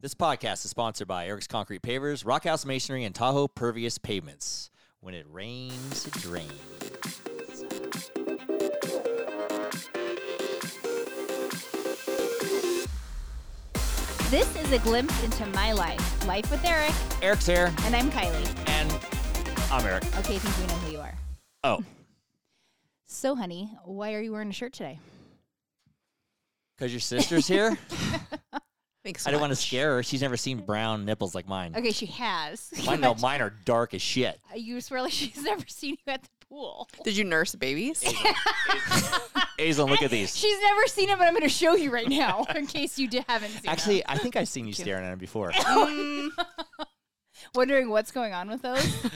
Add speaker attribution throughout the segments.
Speaker 1: This podcast is sponsored by Eric's Concrete Pavers, Rock House Masonry, and Tahoe Pervious Pavements. When it rains, it drains.
Speaker 2: This is a glimpse into my life, life with Eric,
Speaker 1: Eric's here,
Speaker 2: and I'm Kylie.
Speaker 1: and I'm Eric.
Speaker 2: Okay, I think we know who you are.
Speaker 1: Oh,
Speaker 2: So, honey, why are you wearing a shirt today?
Speaker 1: because your sister's here?
Speaker 3: Thanks.
Speaker 1: I didn't want to
Speaker 3: much.
Speaker 1: scare her. She's never seen brown nipples like mine.
Speaker 2: Okay, she has.
Speaker 1: Mine, no, mine are dark as shit.
Speaker 2: You swear like she's never seen you at the pool.
Speaker 3: Did you nurse babies?
Speaker 1: Aislinn, look at these.
Speaker 2: She's never seen it, but I'm going to show you right now in case you d- haven't seen
Speaker 1: Actually, I think I've seen you staring at them before.
Speaker 3: Mm,
Speaker 2: them. Wondering what's going on with those?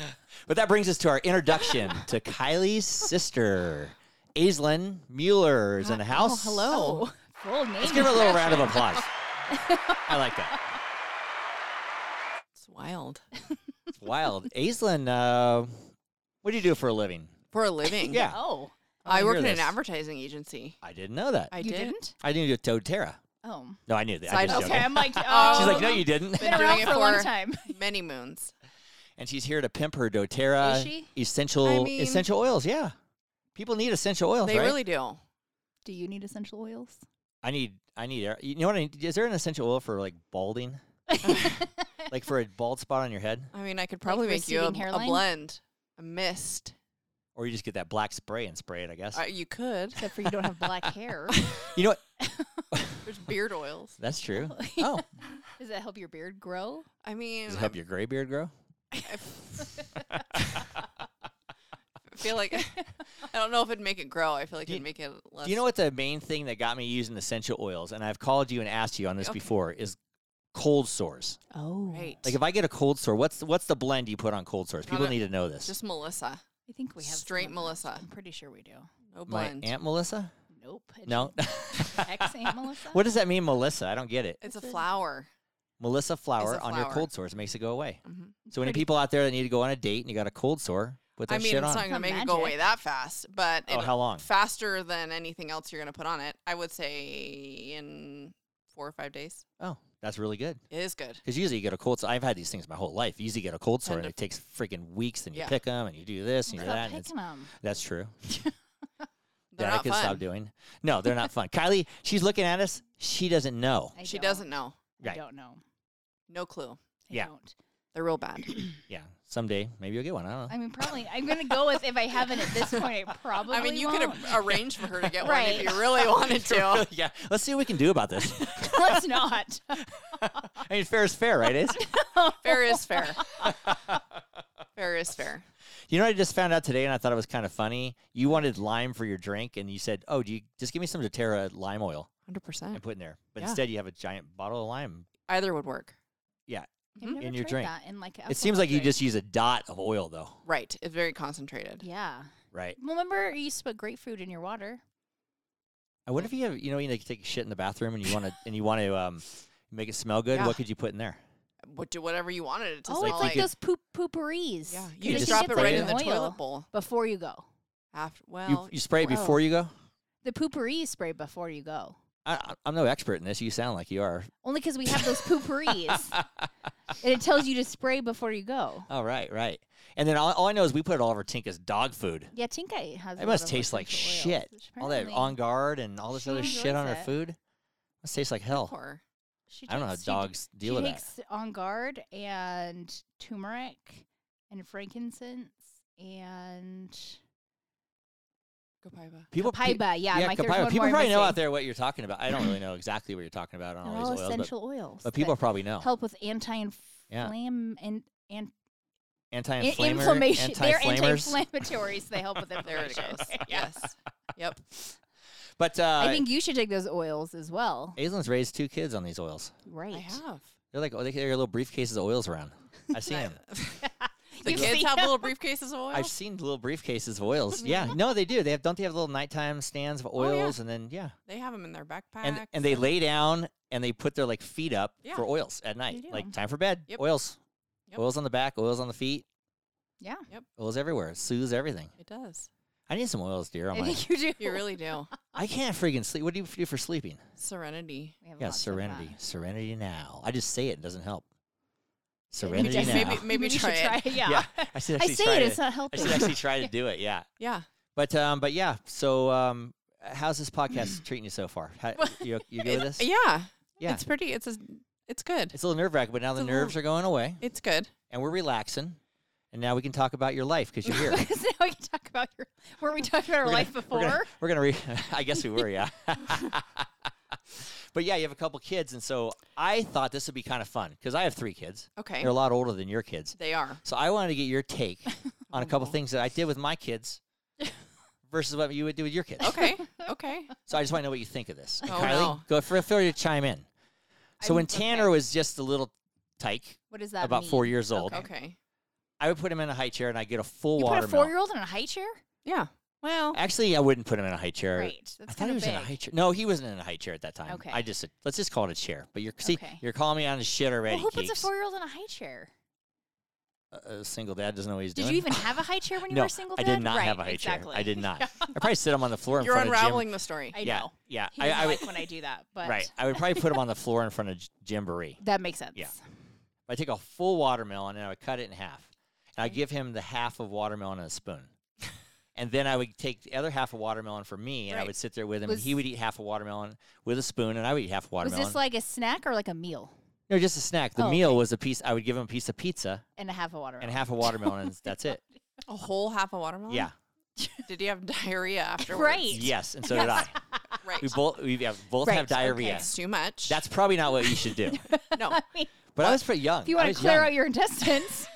Speaker 1: But that brings us to our introduction to Kylie's sister, Aislinn Mueller, is in the house.
Speaker 3: Oh, hello.
Speaker 2: full name.
Speaker 1: Let's give her a little round of applause. I like that.
Speaker 3: it's wild.
Speaker 1: It's wild. Aislinn, uh, what do you do for a living?
Speaker 3: For a living.
Speaker 1: Yeah.
Speaker 2: Oh,
Speaker 1: I
Speaker 3: I,
Speaker 1: wanna
Speaker 3: work
Speaker 1: hear
Speaker 3: at an
Speaker 1: this.
Speaker 3: advertising agency.
Speaker 1: I didn't know that. I,
Speaker 3: I
Speaker 2: you
Speaker 3: did.
Speaker 2: didn't?
Speaker 1: didn't do Toad Terra.
Speaker 2: Oh.
Speaker 1: No, I knew that.
Speaker 3: Side
Speaker 1: I'm just
Speaker 3: hustle.
Speaker 2: Okay,
Speaker 1: joking.
Speaker 2: I'm like, oh.
Speaker 1: She's like, no, you didn't.
Speaker 2: Been
Speaker 3: Been
Speaker 2: around
Speaker 3: doing
Speaker 2: for
Speaker 3: it
Speaker 2: a long
Speaker 3: for-
Speaker 2: time.
Speaker 3: Many moons.
Speaker 1: And she's here to pimp her doTERRA
Speaker 2: Is she?
Speaker 1: essential
Speaker 3: I mean-
Speaker 1: essential oils. Yeah, people need essential oils,
Speaker 3: they
Speaker 1: Oh, right?
Speaker 3: really do.
Speaker 2: Do you need essential oils?
Speaker 1: I need. I need. air- You know what? I need? Is there an essential oil for like balding? like for a bald spot on your head,
Speaker 3: I mean, I could probably make you a,
Speaker 2: receding
Speaker 3: a
Speaker 2: hairline?
Speaker 3: blend, a mist.
Speaker 1: or you just get that black spray and spray it. I guess.
Speaker 3: Uh, you could.
Speaker 2: Except for you don't have black hair.
Speaker 1: You know what?
Speaker 3: There's beard oils.
Speaker 1: That's true. Oh,
Speaker 2: Does that help your beard grow?
Speaker 3: I mean,
Speaker 1: does it help your gray beard grow?
Speaker 3: I f- I feel like I don't know if it'd make it grow. I feel like
Speaker 1: Do you-
Speaker 3: it'd make it less.
Speaker 1: Do you know what the main thing that got me using essential oils, and I've called you and asked you on this
Speaker 3: Okay.
Speaker 1: before, is cold sores.
Speaker 2: Oh,
Speaker 3: Right.
Speaker 1: Like if I get a cold sore, what's what's the blend you put on cold sores?
Speaker 3: Not
Speaker 1: People
Speaker 3: a-
Speaker 1: need to know this.
Speaker 3: Just Melissa.
Speaker 2: I think we have
Speaker 3: Straight
Speaker 2: some of those.
Speaker 3: Melissa.
Speaker 2: I'm pretty sure we do.
Speaker 3: No
Speaker 1: My
Speaker 3: blend.
Speaker 1: aunt Melissa?
Speaker 2: Nope. It's
Speaker 1: No.
Speaker 2: Ex Aunt Melissa.
Speaker 1: what does that mean, Melissa? I don't get it.
Speaker 3: It's a
Speaker 2: It's a-
Speaker 3: flower.
Speaker 1: Melissa flour,
Speaker 3: a
Speaker 1: on your
Speaker 3: flour.
Speaker 1: cold sores makes it go away.
Speaker 3: Mhm.
Speaker 1: So any
Speaker 2: Pretty-
Speaker 1: people out there that need to go on a date and you got a cold sore, put that
Speaker 3: I mean,
Speaker 1: shit
Speaker 3: it's
Speaker 1: on.
Speaker 3: not going to
Speaker 2: Not
Speaker 3: make it go away
Speaker 2: magic.
Speaker 3: that fast, but
Speaker 1: oh,
Speaker 3: it'll-
Speaker 1: how long?
Speaker 3: faster than anything else you're going to put on it. I would say in four or five days.
Speaker 1: Oh, that's really good.
Speaker 3: It is good.
Speaker 1: Because usually you get a cold sore. I've had these things my whole life. You usually get a cold sore and
Speaker 3: Kind
Speaker 1: it
Speaker 3: of.
Speaker 1: takes freaking weeks. And you
Speaker 3: Yeah.
Speaker 1: pick 'em pick them and you do this and you do that.
Speaker 2: Stop
Speaker 1: and it's-
Speaker 2: picking 'em.
Speaker 1: that's true.
Speaker 3: They're
Speaker 1: that I
Speaker 3: not
Speaker 1: could
Speaker 3: fun.
Speaker 1: stop doing. No, they're not fun. Kylie, she's looking at us. She doesn't know.
Speaker 2: I
Speaker 3: She
Speaker 2: don't.
Speaker 3: doesn't know.
Speaker 2: I
Speaker 1: Right.
Speaker 2: don't know.
Speaker 3: No clue.
Speaker 2: I
Speaker 1: Yeah.
Speaker 2: don't.
Speaker 3: They're real bad.
Speaker 1: Yeah, someday maybe you'll get one. I don't know.
Speaker 2: I mean, probably. I'm gonna go with if I haven't at this point, I probably.
Speaker 3: I mean, you could
Speaker 2: won't.
Speaker 3: a- arrange for her to get one
Speaker 2: Right.
Speaker 3: if you really wanted to.
Speaker 1: yeah, let's see what we can do about this.
Speaker 2: Let's not.
Speaker 1: I mean, fair is fair, right? Is
Speaker 3: fair is fair. fair is fair.
Speaker 1: you know what I just found out today, and I thought it was kind of funny. You wanted lime for your drink, and you said, "Oh, do you just give me some DoTerra lime oil
Speaker 3: 100%.
Speaker 1: and put in there?" But
Speaker 3: Yeah.
Speaker 1: instead, you have a giant bottle of lime.
Speaker 3: Either would work.
Speaker 2: I've never
Speaker 1: Mm-hmm. In your
Speaker 2: tried
Speaker 1: drink.
Speaker 2: That in like
Speaker 1: it seems like you
Speaker 2: alcohol
Speaker 1: just use a dot of oil, though,
Speaker 3: Right. It's very concentrated.
Speaker 2: drink. Yeah.
Speaker 1: right?
Speaker 2: Well, remember you used to put grapefruit in your water.
Speaker 1: I wonder if you have, you know, you like take a shit in the bathroom, and you want to, and you want to um, make it smell good.
Speaker 3: Yeah.
Speaker 1: What could you put in there?
Speaker 3: What do whatever you wanted it to
Speaker 2: oh,
Speaker 3: smell
Speaker 2: it's like
Speaker 3: like.
Speaker 2: those poop pooperies.
Speaker 3: yeah.
Speaker 1: you
Speaker 3: You just
Speaker 1: just
Speaker 3: drop it
Speaker 1: spray
Speaker 3: right
Speaker 1: it
Speaker 3: in the
Speaker 2: oil
Speaker 3: toilet bowl.
Speaker 2: before you go.
Speaker 3: After, well,
Speaker 1: you you spray it
Speaker 2: well.
Speaker 1: before you go.
Speaker 2: The poopery spray before you go.
Speaker 1: I, I- I'm no expert in this. You sound like you are.
Speaker 2: Only because we have those pooperies. and it tells you to spray before you go.
Speaker 1: Oh, right, right. And then all, all I know is we put all of our Tinka's dog food.
Speaker 2: Yeah, Tinka has. a
Speaker 1: It must
Speaker 2: lot of
Speaker 1: taste like
Speaker 2: essential oils,
Speaker 1: shit.
Speaker 2: which
Speaker 1: All that
Speaker 2: apparently
Speaker 1: on guard and all this
Speaker 2: She
Speaker 1: other shit
Speaker 2: enjoys
Speaker 1: on her
Speaker 2: it.
Speaker 1: food. Must taste like hell.
Speaker 3: Or
Speaker 2: she
Speaker 1: I don't know how
Speaker 2: takes- she d-
Speaker 1: dogs deal
Speaker 2: she
Speaker 1: with that.
Speaker 2: takes on guard and turmeric and frankincense and
Speaker 3: Gopaiba.
Speaker 1: People, Oh, pe-
Speaker 2: copaiba. Yeah,
Speaker 1: yeah,
Speaker 2: Mike, there's
Speaker 1: copaiba.
Speaker 2: one
Speaker 1: People
Speaker 2: more
Speaker 1: probably
Speaker 2: I'm
Speaker 1: know out
Speaker 2: missing.
Speaker 1: there what you're talking about. I don't really know exactly what you're talking about on
Speaker 2: They're
Speaker 1: all
Speaker 2: all
Speaker 1: these oils, but,
Speaker 2: essential oils.
Speaker 1: but people
Speaker 2: that
Speaker 1: probably know.
Speaker 2: help with anti-inflammation.
Speaker 1: Yeah.
Speaker 2: and, and in-
Speaker 1: Anti-inflammatory,
Speaker 2: inflammation. They're
Speaker 1: anti-flammers.
Speaker 2: anti-inflammatories. They help with
Speaker 3: There it
Speaker 2: inflammation.
Speaker 3: goes. yes. Yep.
Speaker 1: But uh,
Speaker 2: I think you should take those oils as well.
Speaker 1: Aislinn's raised two kids on these oils.
Speaker 2: Right.
Speaker 3: I have.
Speaker 1: They're like oh, they carry little briefcases of oils around. I've seen them.
Speaker 3: the
Speaker 2: You've
Speaker 3: kids
Speaker 2: seen
Speaker 3: have little briefcases of oil.
Speaker 1: I've seen little briefcases of oils. yeah, no, they do. They have don't they have little nighttime stands of
Speaker 2: Oh,
Speaker 3: yeah.
Speaker 1: oils and then yeah,
Speaker 3: they have them in their backpacks.
Speaker 1: and and they lay down and they put their like feet up
Speaker 3: Yeah.
Speaker 1: for oils at night.
Speaker 2: do.
Speaker 1: Like time for bed.
Speaker 3: Yep.
Speaker 1: Oils.
Speaker 3: Yep.
Speaker 1: Oils on the back, oils on the feet,
Speaker 2: Yeah.
Speaker 1: oils everywhere. It soothes everything.
Speaker 3: It does.
Speaker 1: I I need some oils, dear. I'm
Speaker 2: I
Speaker 1: like,
Speaker 2: think you do.
Speaker 3: You really do.
Speaker 1: I can't freaking sleep. What do you do for sleeping?
Speaker 3: Serenity.
Speaker 2: We have a
Speaker 1: Yeah,
Speaker 2: lot to talk about.
Speaker 1: serenity. Serenity now. I just say it. It doesn't help.
Speaker 2: Maybe
Speaker 1: Serenity
Speaker 2: just-
Speaker 1: now.
Speaker 3: Maybe- maybe
Speaker 2: you should
Speaker 3: try it.
Speaker 2: try it. Yeah.
Speaker 1: Yeah. I should
Speaker 2: I
Speaker 1: actually
Speaker 2: say
Speaker 1: try
Speaker 2: it.
Speaker 1: to-
Speaker 2: It's not
Speaker 1: I
Speaker 2: helping.
Speaker 1: should actually try to do it. Yeah.
Speaker 3: Yeah.
Speaker 1: But um. But yeah. So um. How's this podcast treating you so far? How, you you good with this?
Speaker 3: Yeah.
Speaker 1: Yeah.
Speaker 3: It's pretty. It's a, It's good.
Speaker 1: It's a little nerve wracking, but now
Speaker 3: It's
Speaker 1: the
Speaker 3: a little-
Speaker 1: nerves are going away,
Speaker 3: It's good.
Speaker 1: and we're relaxing, and now we can talk about your life because you're here.
Speaker 2: So now we can talk about your. Weren't we talking about our
Speaker 1: We're gonna-
Speaker 2: life
Speaker 1: We're
Speaker 2: before?
Speaker 1: gonna, we're gonna re- I guess we were, yeah. but yeah, you have a couple kids, and so I thought this would be kind of fun because I have three kids.
Speaker 3: Okay.
Speaker 1: They're a lot older than your kids,
Speaker 3: They are.
Speaker 1: so I wanted to get your take on a couple
Speaker 3: no.
Speaker 1: things that I did with my kids versus what you would do with your kids.
Speaker 3: Okay. Okay.
Speaker 1: So I just want to know what you think of this. And
Speaker 3: Oh,
Speaker 1: Kylie,
Speaker 3: no.
Speaker 1: go for feel free to chime in. So
Speaker 2: I'm-
Speaker 1: when Tanner
Speaker 2: okay.
Speaker 1: was just a little tyke,
Speaker 2: what does that
Speaker 1: about
Speaker 2: mean?
Speaker 1: four years old,
Speaker 2: Okay.
Speaker 3: Okay.
Speaker 1: I would put him in a high chair and I get a full
Speaker 2: You put a
Speaker 1: watermelon.
Speaker 2: four-year-old in a high chair?
Speaker 3: Yeah. Well.
Speaker 1: Actually, I wouldn't put him in a high chair.
Speaker 2: Great.
Speaker 1: I
Speaker 2: That's
Speaker 1: thought
Speaker 2: kind
Speaker 1: he
Speaker 2: of
Speaker 1: was
Speaker 2: big.
Speaker 1: in a high chair. No, he wasn't in a high chair at that time.
Speaker 2: Okay.
Speaker 1: I just said, let's just call it a chair. But you're see,
Speaker 2: Okay.
Speaker 1: you're calling me on his shit
Speaker 2: well,
Speaker 1: already.
Speaker 2: who puts a
Speaker 1: Keeks.
Speaker 2: four-year-old in a high chair?
Speaker 1: A- a single dad doesn't know what he's
Speaker 2: Did
Speaker 1: doing.
Speaker 2: you even have a high chair when you
Speaker 1: No,
Speaker 2: were a single?
Speaker 1: I
Speaker 2: Dad?
Speaker 1: did not
Speaker 2: right,
Speaker 1: have a high
Speaker 2: exactly.
Speaker 1: chair. I did not.
Speaker 2: Yeah.
Speaker 1: I probably sit him on the floor in
Speaker 3: You're
Speaker 1: front
Speaker 3: unraveling the story.
Speaker 2: I
Speaker 1: of Jim. yeah,
Speaker 2: know.
Speaker 1: yeah.
Speaker 2: He
Speaker 1: I,
Speaker 2: doesn't
Speaker 1: I would
Speaker 2: like when I do that, but
Speaker 1: right. I would probably put him on the floor in front of J- Jim Baree.
Speaker 2: that makes sense.
Speaker 1: Yeah. I take a full watermelon and I would cut it in half. And I
Speaker 2: Okay.
Speaker 1: give him the half of watermelon and a spoon. and then I would take the other half of watermelon for me and I
Speaker 3: Right.
Speaker 1: would sit there with him and
Speaker 2: Was-
Speaker 1: he would eat half a watermelon with a spoon and I would eat half a
Speaker 2: Was
Speaker 1: watermelon.
Speaker 2: this like a snack or like a meal
Speaker 1: no, just a snack. The
Speaker 2: Oh,
Speaker 1: meal was a piece I would give him a piece of pizza
Speaker 2: and a half a watermelon?
Speaker 1: and half a watermelon and that's it.
Speaker 3: A whole half a watermelon.
Speaker 1: Yeah.
Speaker 3: Did he have diarrhea afterwards?
Speaker 2: Right.
Speaker 1: Yes, and so did I.
Speaker 3: Right.
Speaker 1: We both we have, both
Speaker 2: Right,
Speaker 1: have diarrhea.
Speaker 3: It's too much.
Speaker 1: That's probably not what you should do.
Speaker 3: no.
Speaker 2: I mean,
Speaker 1: But I was pretty young.
Speaker 2: if you
Speaker 1: I
Speaker 2: want
Speaker 1: was
Speaker 2: to clear
Speaker 1: young.
Speaker 2: out your intestines,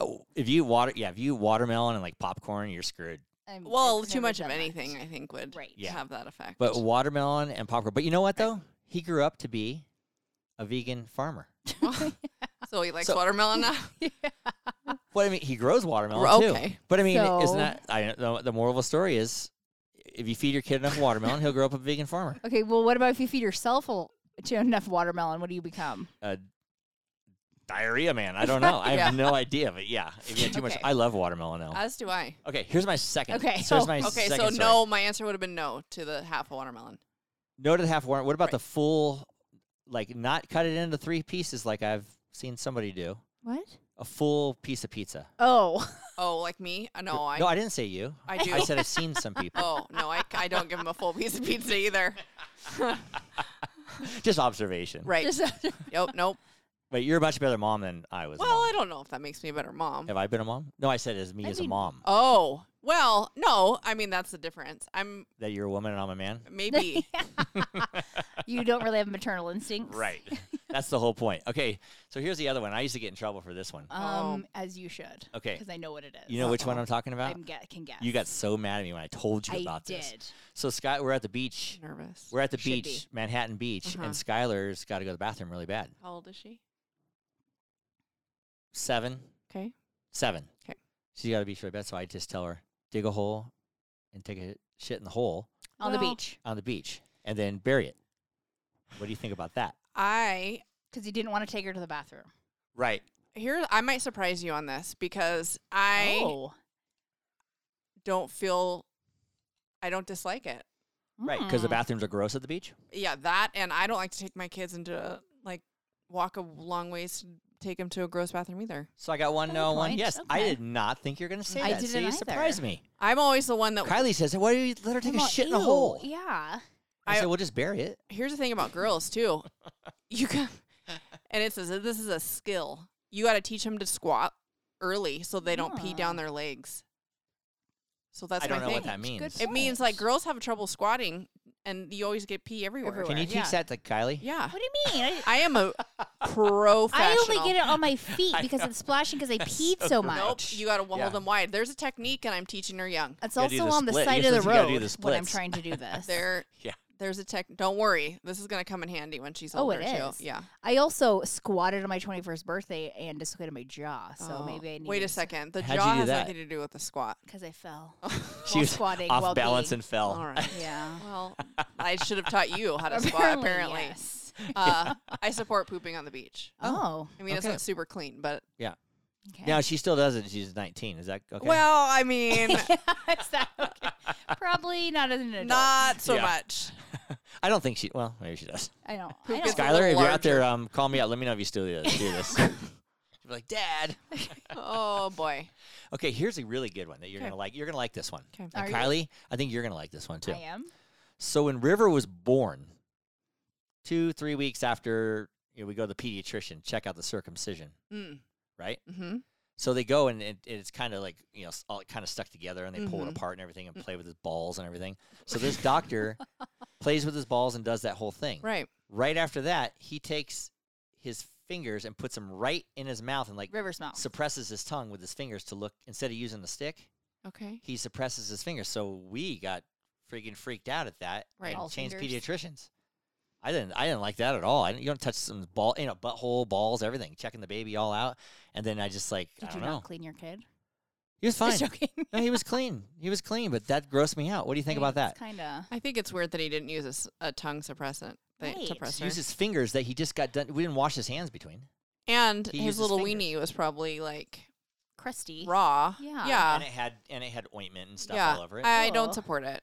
Speaker 1: Oh, if you water yeah, if you eat watermelon and like popcorn, you're screwed.
Speaker 2: I'm-
Speaker 3: Well,
Speaker 2: I've
Speaker 3: too
Speaker 2: never
Speaker 3: much of
Speaker 2: done that.
Speaker 3: anything, I think, would
Speaker 2: Right.
Speaker 1: Yeah.
Speaker 3: have that effect.
Speaker 1: But watermelon and popcorn. But you know what though? He grew up to be a vegan farmer.
Speaker 3: so he likes
Speaker 1: So-
Speaker 3: watermelon now.
Speaker 1: Well, I mean, he grows watermelon
Speaker 3: Well,
Speaker 1: too.
Speaker 3: okay.
Speaker 1: But I mean,
Speaker 2: So-
Speaker 1: isn't that I, the, the moral of the story is if you feed your kid enough watermelon, he'll grow up a vegan farmer.
Speaker 2: Okay. Well, what about if you feed yourself a, to enough watermelon? What do you become?
Speaker 1: Diarrhea man. I don't know. I have no idea. But yeah, if you had too much,
Speaker 2: Okay.
Speaker 1: I love watermelon though.
Speaker 3: As do I.
Speaker 1: okay, here's my second.
Speaker 2: Okay.
Speaker 1: So here's my
Speaker 3: Uh, Okay,
Speaker 1: second
Speaker 3: so
Speaker 1: story.
Speaker 3: no, my answer would have been no to the half a watermelon.
Speaker 1: No to the half watermelon. What about
Speaker 3: Right.
Speaker 1: the full, like not cut it into three pieces like I've seen somebody do?
Speaker 2: What?
Speaker 1: A full piece of pizza.
Speaker 2: Oh,
Speaker 3: Oh, like me? Uh, No, I
Speaker 1: no, I didn't say you.
Speaker 3: I do.
Speaker 1: I said I've seen some people.
Speaker 3: oh, no, I, I don't give him a full piece of pizza either.
Speaker 1: Just observation.
Speaker 3: Right.
Speaker 2: just,
Speaker 3: Nope, nope.
Speaker 1: But you're a much better mom than I was. a
Speaker 3: Well,
Speaker 1: mom.
Speaker 3: I don't know if that makes me a better mom.
Speaker 1: have I been a mom? No, I said as me
Speaker 2: I
Speaker 1: as a
Speaker 2: mean- uh,
Speaker 1: mom.
Speaker 3: Oh, well, no, I mean, that's the difference. I'm
Speaker 1: That you're a woman and I'm a man.
Speaker 3: maybe.
Speaker 2: you don't really have maternal instincts,
Speaker 1: That's the whole point. Okay. So here's the other one. I used to get in trouble for this one.
Speaker 2: Um, as you should.
Speaker 1: Okay.
Speaker 2: Because I know what it is.
Speaker 1: You know which one I'm talking
Speaker 2: I
Speaker 1: about?
Speaker 2: get, can guess.
Speaker 1: You got so mad at me when I told you
Speaker 2: I
Speaker 1: about
Speaker 2: did.
Speaker 1: this. So Sky, we're at the beach.
Speaker 3: Nervous.
Speaker 1: We're at the
Speaker 2: Should
Speaker 1: beach, Manhattan Beach,
Speaker 3: Uh-huh.
Speaker 1: and Skylar's got to go to the bathroom really bad.
Speaker 3: How old is she?
Speaker 1: Seven,
Speaker 3: Okay.
Speaker 1: seven.
Speaker 3: 'Kay.
Speaker 1: She's got to be really bad. So I just tell her dig a hole and take a shit in the hole
Speaker 2: On the
Speaker 3: Well-
Speaker 2: beach
Speaker 1: on the beach and then bury it. What do you think about that?
Speaker 3: I
Speaker 2: because you didn't want to take her to the bathroom.
Speaker 1: Right.
Speaker 3: here I might surprise you on this because I
Speaker 2: oh.
Speaker 3: don't feel I don't dislike it.
Speaker 1: Right, because the
Speaker 2: Mm.
Speaker 1: bathrooms are gross at the beach.
Speaker 3: Yeah, that and I don't like to take my kids into like walk a long ways to take them to a gross bathroom either.
Speaker 1: So I got one
Speaker 2: Good
Speaker 1: no, one
Speaker 2: point.
Speaker 1: yes. I
Speaker 2: Okay.
Speaker 1: did not think you were going to say
Speaker 2: I
Speaker 1: that. so
Speaker 2: didn't
Speaker 1: you
Speaker 2: either.
Speaker 1: surprised me.
Speaker 3: I'm always the one that
Speaker 1: Kylie says, "Why do you let her take
Speaker 2: Well,
Speaker 1: a shit in a
Speaker 2: ew,
Speaker 1: hole?"
Speaker 2: Yeah.
Speaker 1: I,
Speaker 3: I-
Speaker 1: said, "We'll just bury it."
Speaker 3: Here's the thing about girls too. You can and it says that this is a skill. You got to teach them to squat early so they don't pee down
Speaker 2: Yeah.
Speaker 3: their legs. So that's
Speaker 1: I don't
Speaker 3: my
Speaker 1: know
Speaker 3: thing.
Speaker 1: what that
Speaker 2: It's
Speaker 1: means.
Speaker 2: good
Speaker 3: it means like
Speaker 2: point.
Speaker 3: girls have trouble squatting and you always get pee everywhere.
Speaker 2: Everywhere.
Speaker 1: Can you teach
Speaker 2: Yeah.
Speaker 1: that to Kylie?
Speaker 3: Yeah.
Speaker 2: What do you mean? I,
Speaker 3: I am a professional.
Speaker 2: I only get it on my feet
Speaker 1: I
Speaker 2: because
Speaker 1: know.
Speaker 2: it's splashing because I
Speaker 1: That's
Speaker 2: peed
Speaker 1: so
Speaker 2: so,
Speaker 1: gross.
Speaker 2: much.
Speaker 3: Nope, you got to hold
Speaker 1: Yeah.
Speaker 3: them wide. There's a technique, and I'm teaching her young.
Speaker 2: It's
Speaker 1: gotta do
Speaker 2: also
Speaker 1: the
Speaker 2: on the
Speaker 1: split.
Speaker 2: side
Speaker 1: You
Speaker 2: of the
Speaker 1: just gotta do
Speaker 2: road
Speaker 1: the
Speaker 2: when I'm
Speaker 1: splits.
Speaker 2: trying to do this.
Speaker 3: There,
Speaker 1: Yeah.
Speaker 3: There's a tech. Don't worry, this is gonna come in handy when she's
Speaker 2: Oh,
Speaker 3: older
Speaker 2: it
Speaker 3: too.
Speaker 2: is.
Speaker 3: Yeah.
Speaker 2: I also squatted on my 21st birthday and dislocated my jaw, so
Speaker 3: Oh,
Speaker 2: maybe I need
Speaker 3: Wait a second. The
Speaker 1: How'd you
Speaker 3: jaw
Speaker 1: do
Speaker 3: has
Speaker 1: that?
Speaker 3: nothing to do with the squat.
Speaker 2: because I fell.
Speaker 1: She
Speaker 2: while
Speaker 1: was
Speaker 2: squatting
Speaker 1: off
Speaker 2: while
Speaker 1: balance
Speaker 2: peeing.
Speaker 1: and fell.
Speaker 3: All right.
Speaker 2: Yeah.
Speaker 3: Well, I should have taught you how to squat. Apparently,
Speaker 2: yes.
Speaker 3: uh, I support pooping on the beach.
Speaker 2: Oh.
Speaker 3: I mean, it's
Speaker 1: Okay.
Speaker 3: not super clean, but
Speaker 2: Okay.
Speaker 1: Now she still does it. She's 19. Is that okay?
Speaker 3: Well, I mean,
Speaker 2: Is that okay? Probably not as an adult.
Speaker 3: not so
Speaker 1: Yeah.
Speaker 3: much.
Speaker 1: I don't think she. Well, maybe she does.
Speaker 2: I don't.
Speaker 3: Who
Speaker 2: I
Speaker 3: gets
Speaker 2: don't
Speaker 3: a
Speaker 1: Skylar,
Speaker 3: little
Speaker 1: if you're out there,
Speaker 3: larger.
Speaker 1: um, call me out. Let me know if you still do this. Do this. She'll be like, Dad.
Speaker 3: Oh boy.
Speaker 1: Okay, here's a really good one that you're
Speaker 3: Okay.
Speaker 1: gonna like. You're gonna like this one.
Speaker 3: Okay.
Speaker 1: And
Speaker 2: Are
Speaker 1: Kylie, I think you're gonna like this one too.
Speaker 2: I am.
Speaker 1: So when River was born, two three weeks after you know, we go to the pediatrician, check out the circumcision,
Speaker 3: Mm.
Speaker 1: right?
Speaker 3: Mm-hmm.
Speaker 1: So they go and it, it's kind of like you know s- all kind of stuck together, and they pull it
Speaker 3: Mhm.
Speaker 1: apart and everything, and play with his balls and everything. So this doctor plays with his balls and does that whole thing.
Speaker 3: Right.
Speaker 1: Right after that, he takes his fingers and puts them right in his mouth and like
Speaker 2: River smell.
Speaker 1: suppresses his tongue with his fingers to look instead of using the stick.
Speaker 3: Okay.
Speaker 1: he suppresses his fingers. So we got freaking freaked out at that.
Speaker 3: Right.
Speaker 1: And
Speaker 2: All
Speaker 1: changed
Speaker 2: fingers.
Speaker 1: pediatricians. I didn't. I didn't like that at all. I didn't, you don't touch some ball, you know, butthole, balls, everything. Checking the baby all out, and then I just like
Speaker 2: Did
Speaker 1: I
Speaker 2: you
Speaker 1: don't
Speaker 2: not
Speaker 1: know.
Speaker 2: clean your kid?
Speaker 1: He was fine.
Speaker 2: Just joking.
Speaker 1: No, he was clean. He was clean, but that grossed me out. What do you think about that?
Speaker 2: Kind of.
Speaker 3: I think it's weird that he didn't use a, s- a tongue suppressant. Thing,
Speaker 2: Right.
Speaker 1: He
Speaker 3: suppressor.
Speaker 1: used his fingers that he just got done. We didn't wash his hands between.
Speaker 3: and
Speaker 1: he
Speaker 3: his
Speaker 1: used his
Speaker 3: little
Speaker 1: fingers.
Speaker 3: weenie was probably like
Speaker 2: crusty.
Speaker 3: raw.
Speaker 2: Yeah.
Speaker 1: and
Speaker 3: Yeah.
Speaker 1: it had and it had ointment and stuff
Speaker 3: yeah.
Speaker 1: all over it. I,
Speaker 3: I
Speaker 2: Oh.
Speaker 3: don't support it.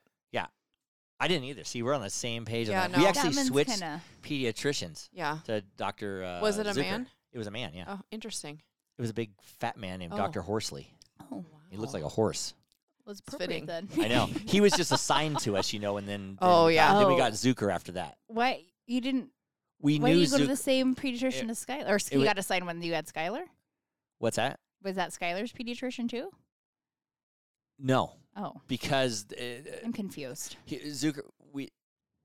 Speaker 1: didn't either. See, we're on the same page.
Speaker 3: Yeah,
Speaker 1: on that. We
Speaker 3: no.
Speaker 1: actually
Speaker 2: That one's
Speaker 1: switched
Speaker 2: kinda-
Speaker 1: pediatricians
Speaker 3: Yeah.
Speaker 1: to Doctor. Uh,
Speaker 3: Was it a
Speaker 1: Zucker.
Speaker 3: man?
Speaker 1: It was a man. Yeah.
Speaker 3: Oh, interesting.
Speaker 1: It was a big fat man named
Speaker 3: Oh.
Speaker 1: Dr. Horsley.
Speaker 2: Oh,
Speaker 1: He looked like a horse.
Speaker 2: was
Speaker 3: fitting.
Speaker 2: appropriate then.
Speaker 1: I know. He was just assigned to us, you know, and then, then
Speaker 3: Oh,
Speaker 1: we got-
Speaker 3: yeah.
Speaker 1: then we
Speaker 2: Oh.
Speaker 1: got Zucker after that.
Speaker 2: Why you didn't?
Speaker 1: We
Speaker 2: Why
Speaker 1: knew
Speaker 2: did you go to
Speaker 1: Zuc-
Speaker 2: the same pediatrician
Speaker 1: it-
Speaker 2: as Skylar? Or s- you
Speaker 1: wa-
Speaker 2: got assigned when you had Skylar.
Speaker 1: What's that?
Speaker 2: Was that Skylar's pediatrician too?
Speaker 1: No,
Speaker 2: Oh,
Speaker 1: because uh,
Speaker 2: I'm confused.
Speaker 1: he, Zucker we